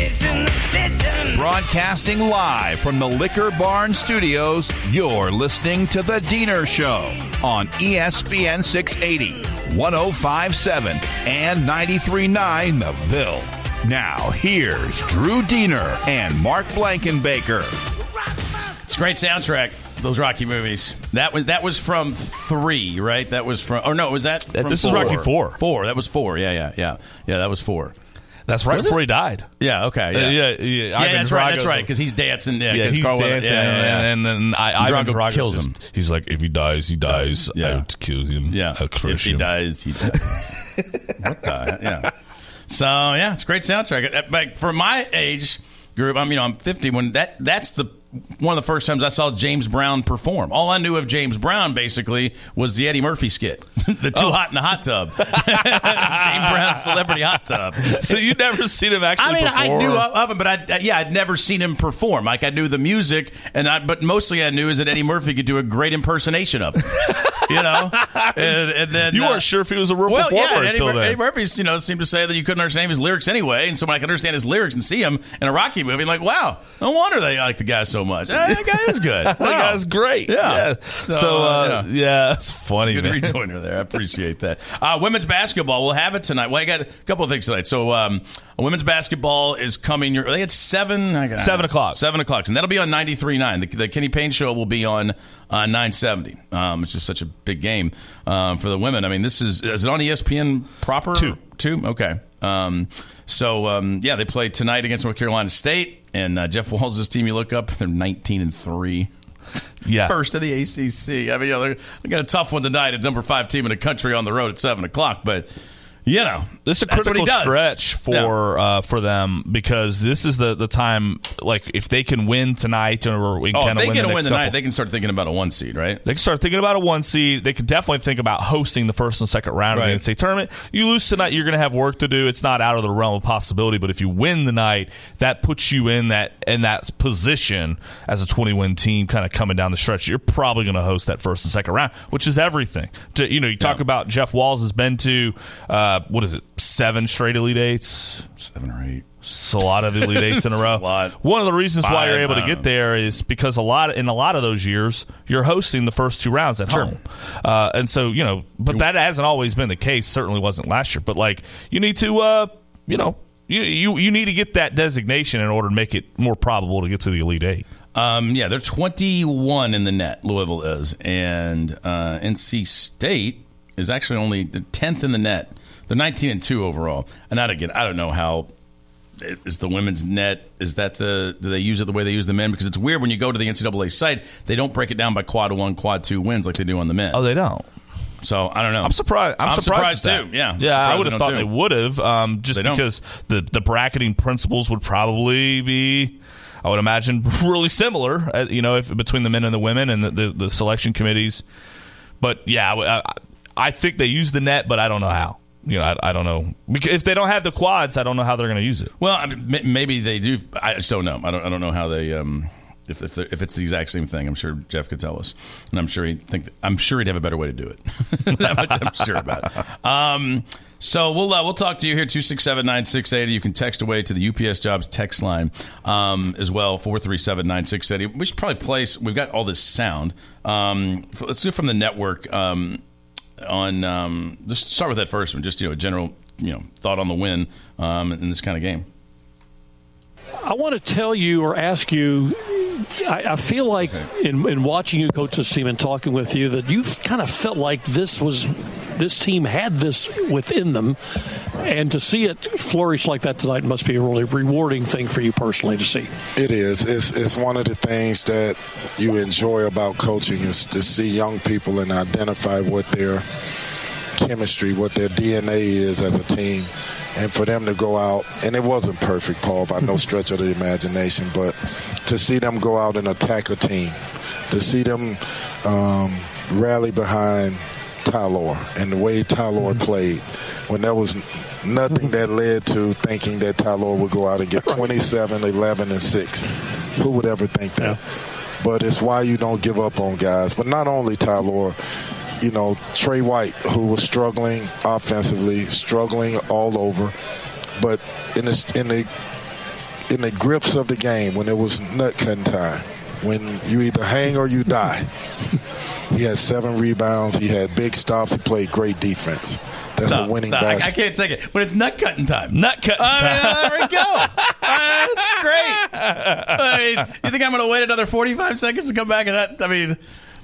S7: It's in
S1: Broadcasting live from the Liquor Barn Studios, you're listening to The Diener Show on E ESPN 680, 1057, and 939 The Ville. Now, here's Drew Diener and Mark Blankenbaker.
S2: It's a great soundtrack. Those Rocky movies. That was that was from three, right? That was from. Oh no, was that? from
S3: This is Rocky four.
S2: Four. That was four. Yeah, yeah, yeah, yeah. That was four.
S3: That's right before he died.
S2: Yeah. Okay. Yeah.
S3: Uh, yeah, yeah, Ivan
S2: that's right.
S3: Drago's-
S2: That's right. Because he's dancing. Yeah.
S3: Yeah,
S2: 'cause
S3: he's
S2: Carl Weathers-
S3: dancing,
S2: Yeah, yeah, yeah.
S3: and then I, Ivan
S2: Drago
S3: Drago's
S2: kills
S3: just-
S2: him.
S3: He's like, if he dies, he dies.
S2: Yeah.
S3: I would kill him.
S2: Yeah.
S3: I crush
S2: if he
S3: him.
S2: dies, he dies. what the? Yeah. So yeah, it's a great soundtrack. Uh, But for my age group, I'm you know I'm 50. When that that's the one of the first times I saw James Brown perform. All I knew of James Brown basically was the Eddie Murphy skit, the
S3: Oh.
S2: too hot in the hot tub, James Brown celebrity hot tub.
S3: So you never seen him actually.
S2: I mean,
S3: perform?
S2: I knew of, of him, but I, I- yeah, I'd never seen him perform. Like I knew the music, and I, but mostly I knew is that Eddie Murphy could do a great impersonation of him. you know, and, and then
S3: You
S2: uh,
S3: weren't sure if he was a real
S2: Well, yeah,
S3: performer
S2: and Eddie,
S3: until
S2: Mur-
S3: then.
S2: Eddie Murphy's, you know, seemed to say that you couldn't understand his lyrics anyway, and so when I could understand his lyrics and see him in a Rocky movie, I'm like, wow, no wonder they like the guy so much. Eh, that guy is good.
S3: That
S2: Wow.
S3: guy's great.
S2: Yeah.
S3: So,
S2: So,
S3: uh,
S2: yeah.
S3: yeah. it's funny.
S2: Good
S3: man.
S2: rejoinder there. I appreciate that. Uh, women's basketball, we'll have it tonight. Well, I got a couple of things tonight. So, um, women's basketball is coming. Your, they had seven, I got-
S3: Seven o'clock.
S2: seven o'clock, and that'll be on 93.9. The, the Kenny Payne show will be on uh, 970. Um, it's just such a big game um, for the women. I mean, this is is it on E ESPN proper?
S3: Two.
S2: two, okay. Um, so um, yeah, they play tonight against North Carolina State, and uh, Jeff Walls' team. You look up, they're 19 and three
S3: Yeah.
S2: first of the ACC. I mean, you know, they're, they got a tough one tonight at number five team in the country on the road at seven o'clock. But you know,
S3: This is a
S2: that's what he
S3: critical
S2: does.
S3: stretch
S2: Yeah.
S3: for uh, for them because this is the, the time. Like, if they can win tonight or we
S2: Oh,
S3: can
S2: if they
S3: win
S2: get a
S3: the next
S2: win tonight,
S3: couple-
S2: they can start thinking about a one seed, right?
S3: They can start thinking about a one seed. They could definitely think about hosting the first and second round
S2: Right.
S3: of the NCAA tournament. You lose tonight, you're going to have work to do. It's not out of the realm of possibility. But if you win the night, that puts you in that in that position as a 20 win team, kind of coming down the stretch. You're probably going to host that first and second round, which is everything. To, you know, you talk about Jeff Walls has been to uh, what is it, seven straight Elite Eights.
S2: Seven or eight.
S3: It's a lot of elite eights in a row.
S2: It's a lot.
S3: One of the reasons why
S2: Five,
S3: you're
S2: I
S3: able to
S2: don't
S3: get there is because a lot in a lot of those years you're hosting the first two rounds at home, uh, and so you know. But that hasn't always been the case. Certainly wasn't last year. But like you need to, uh, you know, you, you you need to get that designation in order to make it more probable to get to the elite eight.
S2: Um, yeah, they're 21 in the net. Louisville is, and uh, NC State is actually only the 10th in the net. They're 19 and two overall. And not again. I don't know how is the women's net. Is that the do they use it the way they use the men? Because it's weird when you go to the NCAA site, they don't break it down by quad one, quad two wins like Oh, they do on the men.
S3: they don't.
S2: So I don't know.
S3: I'm surprised. I'm, surprised, at
S2: too.
S3: that.
S2: Yeah, I'm
S3: yeah. I
S2: surprised
S3: would have
S2: don't,
S3: thought
S2: too.
S3: they would have, um, just
S2: They don't.
S3: because the the bracketing principles would probably be, I would imagine, really similar. Uh, you know, if between the men and the women and the the, the selection committees. But yeah, I would- I, I think they use the net, but I don't know how. You know, I, I don't know because if they don't have the quads, I don't know how they're going to use it.
S2: Well, I mean, ma- maybe they do. I just don't know. I don't. I don't know how they. Um, if if, they're- if it's the exact same thing, I'm sure Jeff could tell us, and I'm sure he would think. I'm sure he'd have a better way to do it. that much I'm sure about. it. Um, so we'll uh, we'll talk to you here two six seven nine six eighty. You can text away to the UPS Jobs text line um, as well four three seven nine six eighty. We should probably place. We've got all this sound. Um, f- let's do it from the network. Um, on um, just start with that first one. Just you know, general you know thought on the win um, in this kind of game.
S7: I want to tell you or ask you. I, I feel like in, in watching you coach this team and talking with you that you've kind of felt like this was this team had this within them, and to see it flourish like that tonight must be a really rewarding thing for you personally to see.
S8: It is. It's it's one of the things that you enjoy about coaching is to see young people and identify what their chemistry, what their DNA is as a team, and for them to go out and it wasn't perfect, Paul, by no stretch of the imagination, but to see them go out and attack a team, to see them um, rally behind Tylor and the way Tylor played when there was nothing that led to thinking that Tylor would go out and get 27, 11, and 6. Who would ever think that? But it's why you don't give up on guys. But not only Tylor, you know, Trey White, who was struggling offensively, struggling all over. But in the, in the in the grips of the game when it was nut cutting time, when you either hang or you die. he had seven rebounds. He had big stops. He played great defense. That's
S2: Stop,
S8: a winning
S2: stop. I, I
S8: basketball.
S2: can't take it. But it's nut cutting time.
S3: Nut cutting
S2: time. there we go. Uh, that's great. I mean, you think I'm going to wait another 45 seconds to come back and that? I mean,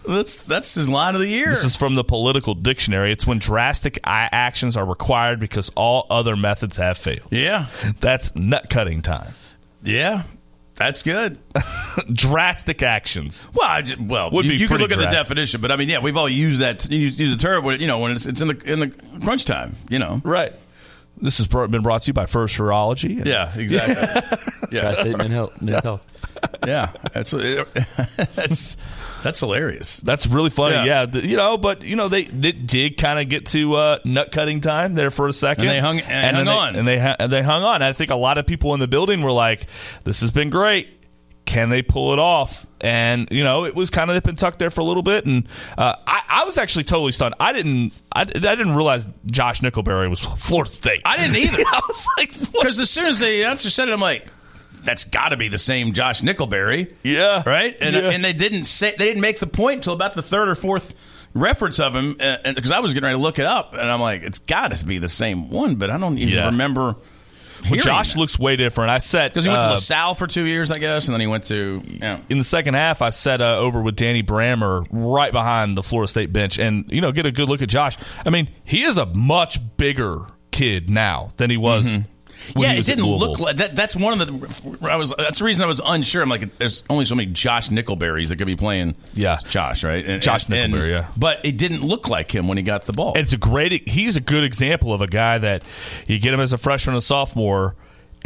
S2: that's that's his line of the year.
S3: This is from the political dictionary. It's when drastic i- actions are required because all other methods have failed.
S2: Yeah.
S3: That's nut cutting time.
S2: Yeah. That's good.
S3: drastic actions.
S2: Well, I just, well,
S3: Would
S2: you,
S3: be
S2: you could
S3: pretty
S2: look at the
S3: drastic.
S2: definition, but I mean, yeah, we've all used that. You use, use the term, when, you know, when it's, it's in the in the crunch time, you know.
S3: Right. This has bro- been brought to you by First Urology. and-
S2: Yeah, exactly. yeah,
S4: Trust it, men's health. Men's health.
S2: yeah, that's that's that's hilarious.
S3: That's really funny.
S2: Yeah.
S3: Yeah. th- you know, but you know they, they did kind of get to uh, nut cutting time there for a second,
S2: And they hung- and they
S3: then
S2: hung on.
S3: and they ha- and they hung on. I think a lot of people in the building were like, "This has been great." Can they pull it off? And you know, it was kind of nip and tuck there for a little bit, and uh, I, I was actually totally stunned. I didn't, I, I didn't realize Josh Nickelberry was Florida State.
S2: I didn't either.
S3: I was like, what?
S2: Because as soon as the announcer said it, I'm like, that's got to be the same Josh Nickelberry,
S3: yeah,
S2: right? And
S3: Yeah.
S2: and they didn't say they didn't make the point until about the third or fourth reference of him, because I was getting ready to look it up, and I'm like, it's got to be the same one, but I don't even
S3: Yeah.
S2: remember.
S3: Well, Josh looks way different. I said
S2: because he went to
S3: uh,
S2: LaSalle for two years, I guess, and then he went to yeah.
S3: in the second half, I sat uh, over with Danny Brammer right behind the Florida State bench, and you know, get a good look at Josh. I mean, he is a much bigger kid now than he was. When
S2: Mm-hmm. yeah,
S3: he
S2: it
S3: was at
S2: didn't
S3: Louisville.
S2: look like that. That's one of the. I was. That's the reason I was unsure. I'm like, there's only so many Josh Nickelberries that could be playing.
S3: Yeah.
S2: Josh, right? And-
S3: Josh
S2: and-
S3: Nickelberry,
S2: and-
S3: yeah.
S2: But it didn't look like him when he got the ball.
S3: And it's a great. He's a good example of a guy that you get him as a freshman and sophomore,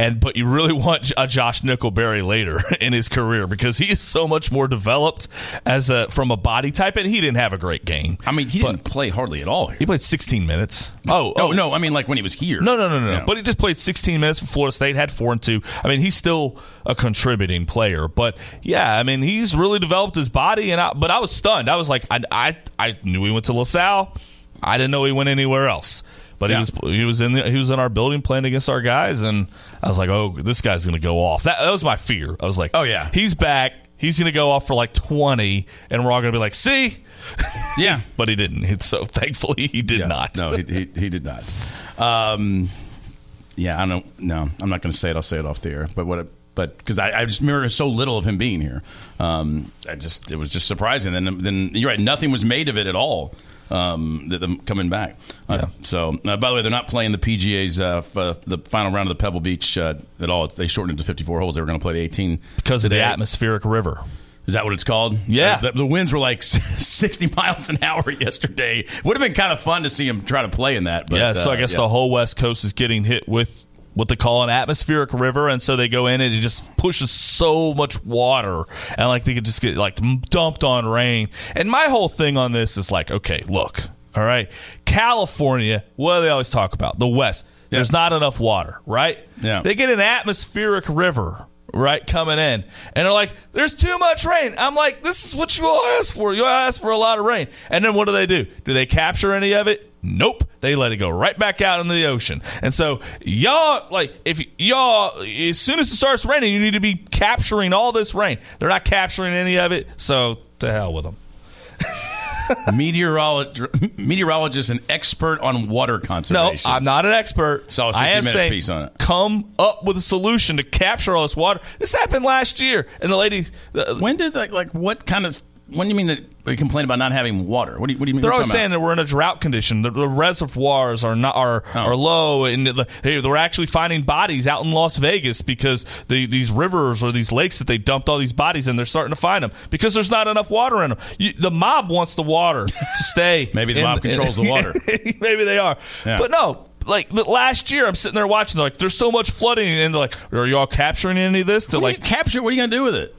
S3: and but you really want a Josh Nickelberry later in his career because he is so much more developed as a from a body type, and he didn't have a great game.
S2: I mean, he didn't play hardly at all. Here.
S3: He played 16 minutes. Oh,
S2: No, no, I mean like when he was here.
S3: No, no, no, no,
S2: Yeah.
S3: no. But he just played 16 minutes for Florida State, had four and two. I mean, he's still a contributing player. But yeah, I mean, he's really developed his body. And I, but I was stunned. I was like, I, I, I knew he went to LaSalle. I didn't know he went anywhere else. But
S2: Yeah.
S3: he was he was in the, he was in our building playing against our guys, and I was like, oh, this guy's gonna go off. That, that was my fear. I was like,
S2: Oh, yeah.
S3: he's back. He's gonna go off for like 20, and we're all gonna be like, see.
S2: Yeah.
S3: But he didn't. So thankfully, he did
S2: Yeah.
S3: not.
S2: No, he, he, he did not. Um, yeah, I don't. No, I'm not going to say it. I'll say it off the air. But what? But because I, I just remember so little of him being here. Um, I just it was just surprising. And then you're right. Nothing was made of it at all. Um, th- them coming back. Uh, so uh, by the way, they're not playing the PGA's uh, f- uh, the final round of the Pebble Beach uh, at all. They shortened it to 54 holes. They were going to play the 18
S3: because of the
S2: today.
S3: atmospheric river.
S2: Is that what it's called? Uh,
S3: Yeah.
S2: The, the winds were like 60 miles an hour yesterday. Would have been kind of fun to see him try to play in that. But,
S3: yeah, so
S2: uh,
S3: I guess
S2: yeah.
S3: the whole West Coast is getting hit with what they call an atmospheric river, and so they go in and it just pushes so much water, and like they could just get like dumped on rain. And my whole thing on this is like, okay, look, all right, California, what do they always talk about? The West. There's not enough water, right?
S2: Yeah.
S3: They get an atmospheric river. Right, coming in. And they're like, there's too much rain. I'm like, this is what you all asked for. You all asked for a lot of rain. And then what do they do? Do they capture any of it? Nope. They let it go right back out into the ocean. And so y'all like if y'all as soon as it starts raining, you need to be capturing all this rain. They're not capturing any of it, so to hell with them.
S2: meteorologist, meteorologist and expert on water
S3: No,
S2: conservation.
S3: I'm not an expert.
S2: Saw a
S3: I
S2: 60
S3: am
S2: Minutes
S3: saying,
S2: piece on it.
S3: come up with a solution to capture all this water. This happened last year, and the lady, the,
S2: When did like like what kind of when do you mean that we complain about not having water? What do you, what do you mean?
S3: They're
S2: what are you
S3: always
S2: talking
S3: saying
S2: about?
S3: that we're in a drought condition. The, the reservoirs are not are are low, and the, hey, they're actually finding bodies out in Las Vegas because the, these rivers or these lakes that they dumped all these bodies in, they're starting to find them because there's not enough water in them. You, the mob wants the water to stay.
S2: Maybe the
S3: in-
S2: mob controls the water.
S3: Maybe they are,
S2: Yeah.
S3: but no. Like the- last year, I'm sitting there watching. They're like, "There's so much flooding," and they're like, "Are y'all capturing any of this?" They're
S2: What
S3: like,
S2: do you capture? What are you going to do with it?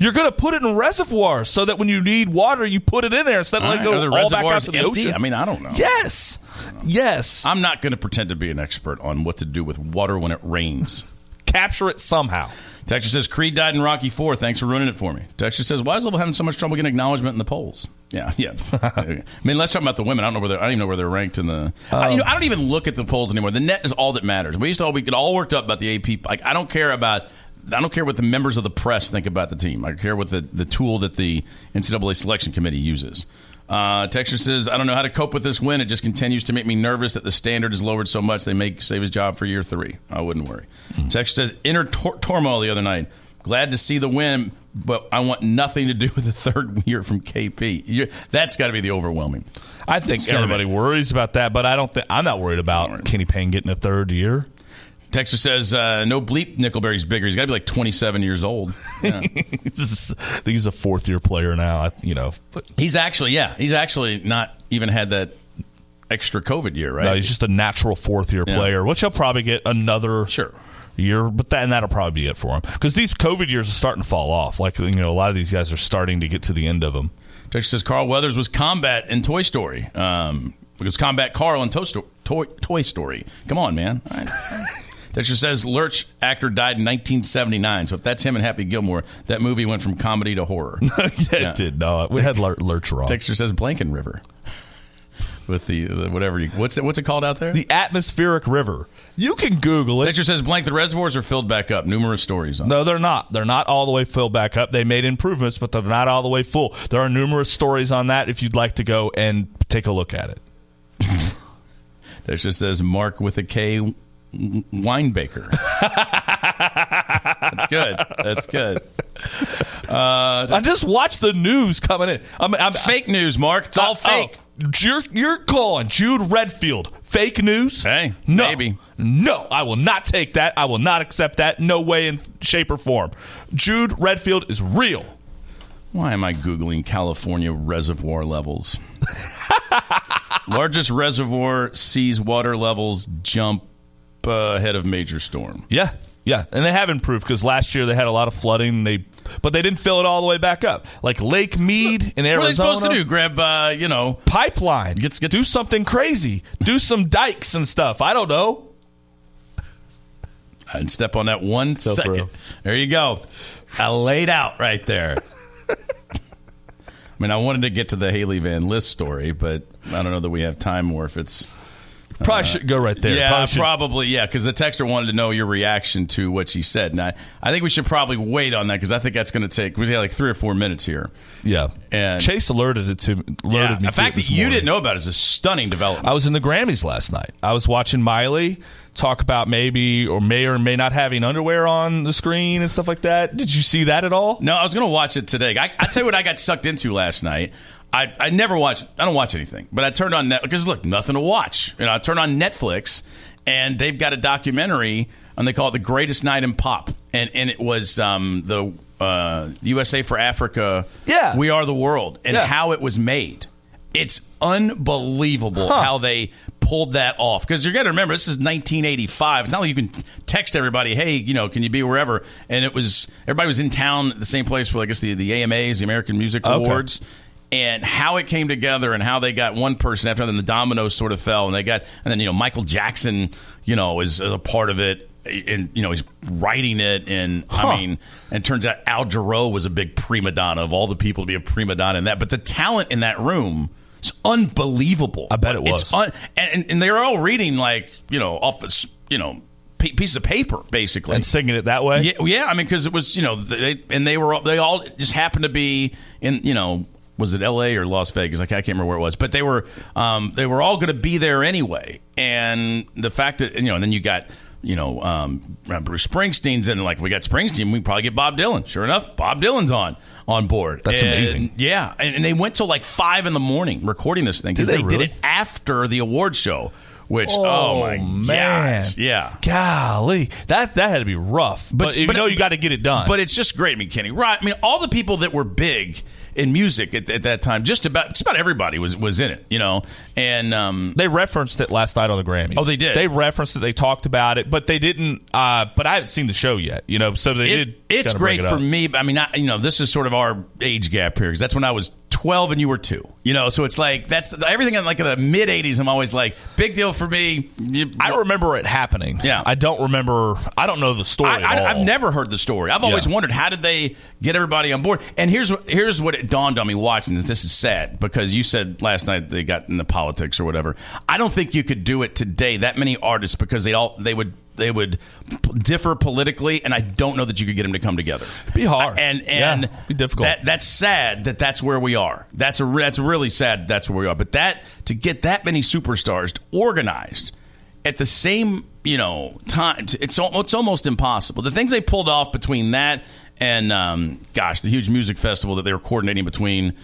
S3: "You're gonna put it in reservoirs so that when you need water, you put it in there instead of
S2: All
S3: like
S2: right,
S3: go
S2: are the
S3: all back out
S2: reservoirs
S3: to the
S2: empty?
S3: ocean."
S2: I mean, I don't know.
S3: Yes. Yes.
S2: I'm not going to pretend to be an expert on what to do with water when it rains.
S3: Capture it somehow.
S2: Texture says Creed died in Rocky Four. Thanks for ruining it for me. Texture says, "Why is Louisville having so much trouble getting acknowledgement in the polls?" Yeah, yeah. I mean, let's talk about the women. I don't know where they're. I don't even know where they're ranked in the. I, you know, I don't even look at the polls anymore. The net is all that matters. We used to all we get all worked up about the AP. Like, I don't care about I don't care what the members of the press think about the team. I don't care what the, the tool that the NCAA selection committee uses. Uh, Texture says, I don't know how to cope with this win. It just continues to make me nervous that the standard is lowered so much they make save his job for year three. I wouldn't worry. Texture says, inner tor- turmoil the other night. Glad to see the win, but I want nothing to do with the third year from KP. You're, that's got to be the overwhelming.
S3: I think
S2: sentiment.
S3: everybody worries about that, but I don't think I'm not worried about Kenny Payne getting a third year.
S2: Texture says, uh, no bleep Nickelberry's bigger. He's got to be like 27 years old.
S3: he's, he's a fourth year player now. I, you know,
S2: he's actually, yeah, he's actually not even had that extra COVID year, right?
S3: No, he's just a natural fourth year
S2: Yeah.
S3: player, which he'll probably get another sure year, but then that'll probably be it for him because these COVID years are starting to fall off. Like you know, a lot of these guys are starting to get to the end of them.
S2: Texture says Carl Weathers was combat in Toy Story. Um, because combat Carl in Toy, Sto- Toy, Toy Story. Come on, man. All right. Texture says Lurch actor died in 1979. So if that's him and Happy Gilmore, that movie went from comedy to horror. yeah,
S3: it did. No, we had Lurch, Lurch wrong.
S2: Texture says Blanken River. With the, the whatever you what's it, what's it called out there?
S3: The atmospheric river. You can Google it.
S2: Texture says blank. The reservoirs are filled back up. Numerous stories on. it.
S3: No, they're not. They're not all the way filled back up. They made improvements, but they're not all the way full. There are numerous stories on that if you'd like to go and take a look at it.
S2: Texture says Mark with a K Winebaker. That's good. That's good. Uh,
S3: I just watched the news coming in. I'm, I'm
S2: fake news, Mark. It's all fake.
S3: you're you're calling Jude Redfield fake news?
S2: Hey,
S3: no,
S2: maybe.
S3: no. I will not take that. I will not accept that. No way, in shape or form. Jude Redfield is real.
S2: Why am I Googling California reservoir levels? Largest reservoir sees water levels jump uh, ahead of major storm.
S3: Yeah, yeah, and they have improved because last year they had a lot of flooding. and They but they didn't fill it all the way back up. Like Lake Mead in Arizona.
S2: What are they supposed to do? Grab, uh, you know,
S3: pipeline. do something crazy. Do some dikes and stuff. I don't know.
S2: and step on that one
S3: So
S2: second.
S3: true.
S2: There you go. I laid out right there. I mean, I wanted to get to the Haley Van List story, but I don't know that we have time or if it's.
S3: Probably should go right there.
S2: Yeah,
S3: Probably
S2: probably,
S3: should-
S2: yeah, because the texter wanted to know your reaction to what she said. And I, I think we should probably wait on that because I think that's going to take, we got like three or four minutes here.
S3: Yeah,
S2: And
S3: Chase alerted it to alerted
S2: yeah,
S3: me.
S2: the
S3: to
S2: fact
S3: it this
S2: that you
S3: morning.
S2: didn't know about it is a stunning development.
S3: I was in the Grammys last night. I was watching Miley talk about maybe or may or may not having underwear on the screen and stuff like that. Did you see that at all?
S2: No, I was going to watch it today. I, I tell you what, I got sucked into last night. I, I never watch. I don't watch anything, but I turned on Netflix because look, nothing to watch. You know, I turned on Netflix, and they've got a documentary, and they call it "The Greatest Night in Pop," and and it was um, the uh, USA for Africa.
S3: Yeah.
S2: we are the world, and
S3: Yeah.
S2: how it was made. It's unbelievable
S3: Huh.
S2: how they pulled that off. Because you're going to remember, this is 1985. It's not like you can t- text everybody, hey, you know, can you be wherever? And it was, everybody was in town at the same place for, I guess, the, the AMAs, the American Music
S3: Okay.
S2: Awards. And how it came together, and how they got one person after another, and the dominoes sort of fell, and they got, and then you know Michael Jackson, you know, is a part of it, and you know he's writing it, and I mean, and it turns out Al Jarreau was a big prima donna of all the people to be a prima donna in that, but the talent in that room is unbelievable. I bet
S3: it was.
S2: It's un- and, and- and they're all reading like you know off a s- you know p- piece of paper basically
S3: And singing it that way?
S2: Yeah, yeah. I mean, because it was you know they and they were all, they all just happened to be in you know was it L.A. or Las Vegas? Like I can't remember where it was, but they were um, they were all going to be there anyway. And the fact that you know, and then you got. You know, um, Bruce Springsteen's in. Like, if we got Springsteen, we probably get Bob Dylan. Sure enough, Bob Dylan's on on board.
S3: That's
S2: And-
S3: amazing.
S2: Yeah, and, and they went till like five in the morning recording this thing because
S3: Did
S2: they,
S3: they
S2: did
S3: really?
S2: it after the award show. Which oh, my
S3: man.
S2: gosh, yeah.
S3: Golly, that that had to be rough. But, you know you got to get it done.
S2: But it's just great. I mean, Kenny Rod. I mean, all the people that were big in music at, at that time, just about just about everybody was was in it. You know, and um,
S3: they referenced it last night on the Grammys.
S2: Oh, they did?
S3: They referenced it. They talked about it, but they didn't. Uh, but I haven't seen the show yet. You know, so they
S2: it-
S3: did.
S2: It's
S3: kinda bring
S2: great
S3: it
S2: for
S3: up.
S2: me. but I mean, I, you know, this is sort of our age gap here because that's when I was 12 and you were two. You know, so it's like that's everything in like the mid 80s. I'm always like, big deal for me. You-
S3: I remember it happening. Yeah, I don't remember. I don't know the story.
S2: I,
S3: at all.
S2: have never heard the story. I've always
S3: Yeah.
S2: wondered how did they get everybody on board. And here's what- here's what it dawned on me watching this. This is sad because you said last night they got into politics or whatever. I don't think you could do it today. That many artists because they all they would they would p- differ politically, and I don't know that you could get them to come together.
S3: Be hard
S2: and and
S3: be difficult.
S2: That, that's sad that that's where we are. That's a, re- that's really sad. That's where we are. But that to get that many superstars organized at the same you know time, it's al- it's almost impossible. The things they pulled off between that and um, gosh, the huge music festival that they were coordinating between.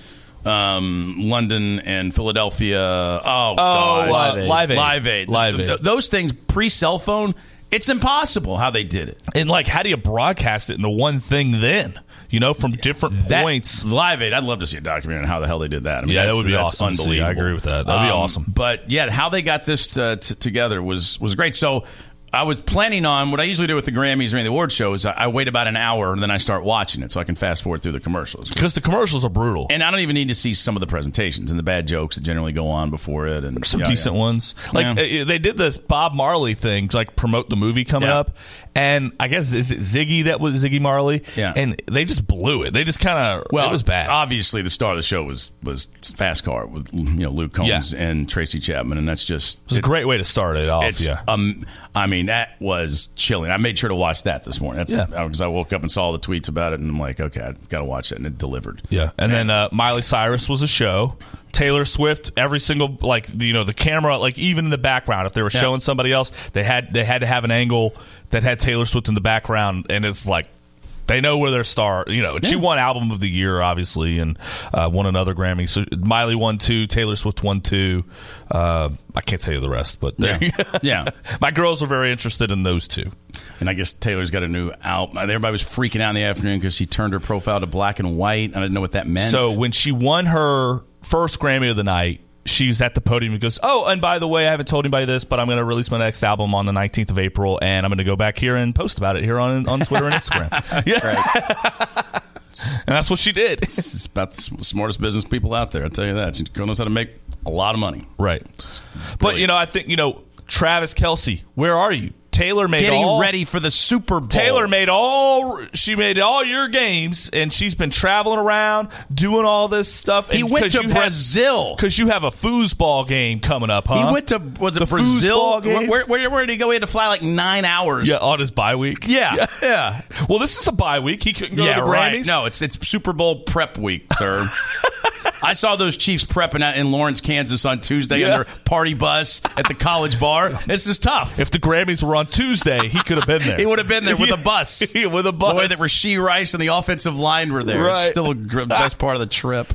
S2: Um, London and Philadelphia. Oh, gosh.
S3: uh, Live Aid.
S2: Live Aid.
S3: Live Aid.
S2: Th- th- those things pre cell phone. It's impossible how they did it.
S3: And like, how do you broadcast it into one thing then? You know, from different points.
S2: Live Aid. I'd love to see a documentary on how the hell they did that. I mean,
S3: Yeah, that
S2: that's-
S3: would be
S2: that's
S3: awesome to see.
S2: Unbelievable. Um,
S3: I agree with that. That'd be awesome.
S2: But yeah, how they got this uh, t- together was was great. So. I was planning on what I usually do with the Grammys or any of the award shows. I, I wait about an hour and then I start watching it so I can fast forward through the commercials.
S3: Because the commercials are brutal.
S2: And I don't even need to see some of the presentations and the bad jokes that generally go on before it. And
S3: some
S2: yeah,
S3: decent
S2: yeah.
S3: ones. Like uh, they did this Bob Marley thing to like promote the movie coming
S2: Yeah.
S3: up, and I guess is it Ziggy that was Ziggy Marley?
S2: Yeah.
S3: and they just blew it. They just kind of
S2: Well, uh,
S3: it was bad.
S2: Obviously, the star of the show was was Fast Car with you know Luke Combs and Tracy Chapman, and that's just
S3: It was a great way to start it off.
S2: It's,
S3: yeah,
S2: um, I mean, that was chilling. I made sure to watch that this morning. That's
S3: Yeah.
S2: because I woke up and saw all the tweets about it, and I'm like, okay, I've got to watch it, and it delivered.
S3: yeah. And then uh, Miley Cyrus was a show. Taylor Swift, every single like the- you know the camera, like even in the background, if they were
S2: Yeah.
S3: showing somebody else, they had they had to have an angle that had Taylor Swift in the background, and it's like. They know where their star, you know. and She won album of the year, obviously, and uh, won another Grammy. So Miley won two, Taylor Swift won two. Uh, I can't tell you the rest, but there you go.
S2: yeah.
S3: my girls were very interested in those two.
S2: And I guess Taylor's got a new album. Everybody was freaking out in the afternoon because she turned her profile to black and white. and I didn't know what that meant.
S3: So when she won her first Grammy of the night, she was at the podium and goes, "Oh, and by the way, I haven't told anybody this, but I'm going to release my next album on the 19th of April, and I'm going to go back here and post about it here on on Twitter and Instagram." yeah, and that's what she did.
S2: it's about the sm- smartest business people out there. I tell you that. She girl knows how to make a lot of money.
S3: Right. But you know, I think you know Travis Kelsey. Where are you? Taylor made
S2: Getting
S3: all
S2: ready for the Super Bowl.
S3: Taylor made all she made all your games, and she's been traveling around doing all this stuff. And
S2: He went to Brazil.
S3: because you have a foosball game coming up, huh?
S2: He went to was it
S3: The
S2: Brazil?
S3: foosball game?
S2: Where, where, where, did he go? He had to fly like nine hours.
S3: yeah, on his bye week.
S2: yeah, yeah.
S3: Well, this is a bye week. He couldn't go
S2: yeah,
S3: to the Grammys.
S2: right. No, it's it's Super Bowl prep week, sir. I saw those Chiefs prepping out in Lawrence, Kansas on Tuesday
S3: Yeah.
S2: on their party bus at the college bar. This is tough.
S3: If the Grammys were on Tuesday, he could have been there.
S2: he would have been there with a bus.
S3: Yeah, with a bus.
S2: The way that Rasheed Rice and the offensive line were there. It's
S3: Right.
S2: still the best part of the trip.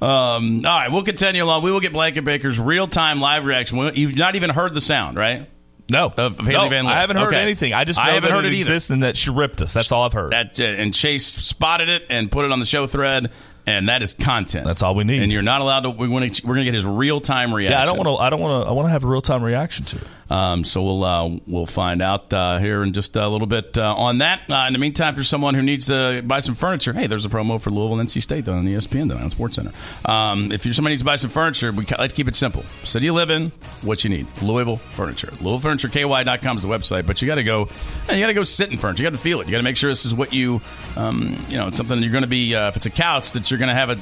S2: Um, all right, we'll continue along. We will get Blanket Baker's real time live reaction. We- You've not even heard the sound, right?
S3: no,
S2: of Haley
S3: no,
S2: Van Lith.
S3: I haven't heard
S2: Okay.
S3: anything. I just
S2: I
S3: know
S2: haven't
S3: that
S2: heard
S3: it
S2: it either.
S3: exists and that she ripped us. That's all I've heard.
S2: That uh, and Chase spotted it and put it on the show thread, and that is content.
S3: That's all we need.
S2: And you're not allowed to. We want to. We're gonna get his real time reaction.
S3: yeah, I don't want to. I don't want to. I want to have a real time reaction to it.
S2: to. Um, so we'll uh, we'll find out uh, here in just a little bit uh, on that. Uh, in the meantime, for someone who needs to buy some furniture, hey, there's a promo for Louisville and NC State on E ESPN tonight on Sports Center. Um, if you're somebody needs to buy some furniture, we ca- like to keep it simple. City you live in, what you need, Louisville furniture. LouisvilleFurnitureKY.com is the website, but you got to go. You got to go sit in furniture. You got to feel it. You got to make sure this is what you, um, you know, it's something you're going to be. Uh, if it's a couch, that you're going to have a,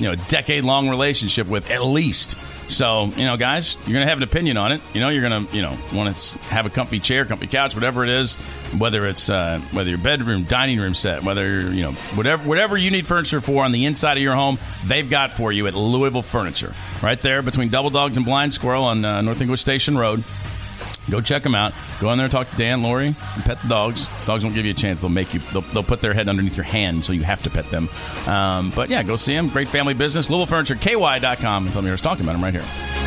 S2: you know, decade long relationship with at least. So you know, guys, you're going to have an opinion on it. You know, you're going to, you know, want to have a comfy chair, comfy couch, whatever it is. Whether it's uh, whether your bedroom, dining room set, whether you know, whatever whatever you need furniture for on the inside of your home, they've got for you at Louisville Furniture, right there between Double Dogs and Blind Squirrel on uh, North English Station Road. Go check them out. Go in there and talk to Dan, Lori, and pet the dogs. Dogs won't give you a chance. They'll make you. They'll, they'll put their head underneath your hand, so you have to pet them. Um, but yeah, go see them. Great family business. Louisville Furniture, KY.com, and tell me I was talking about them right here.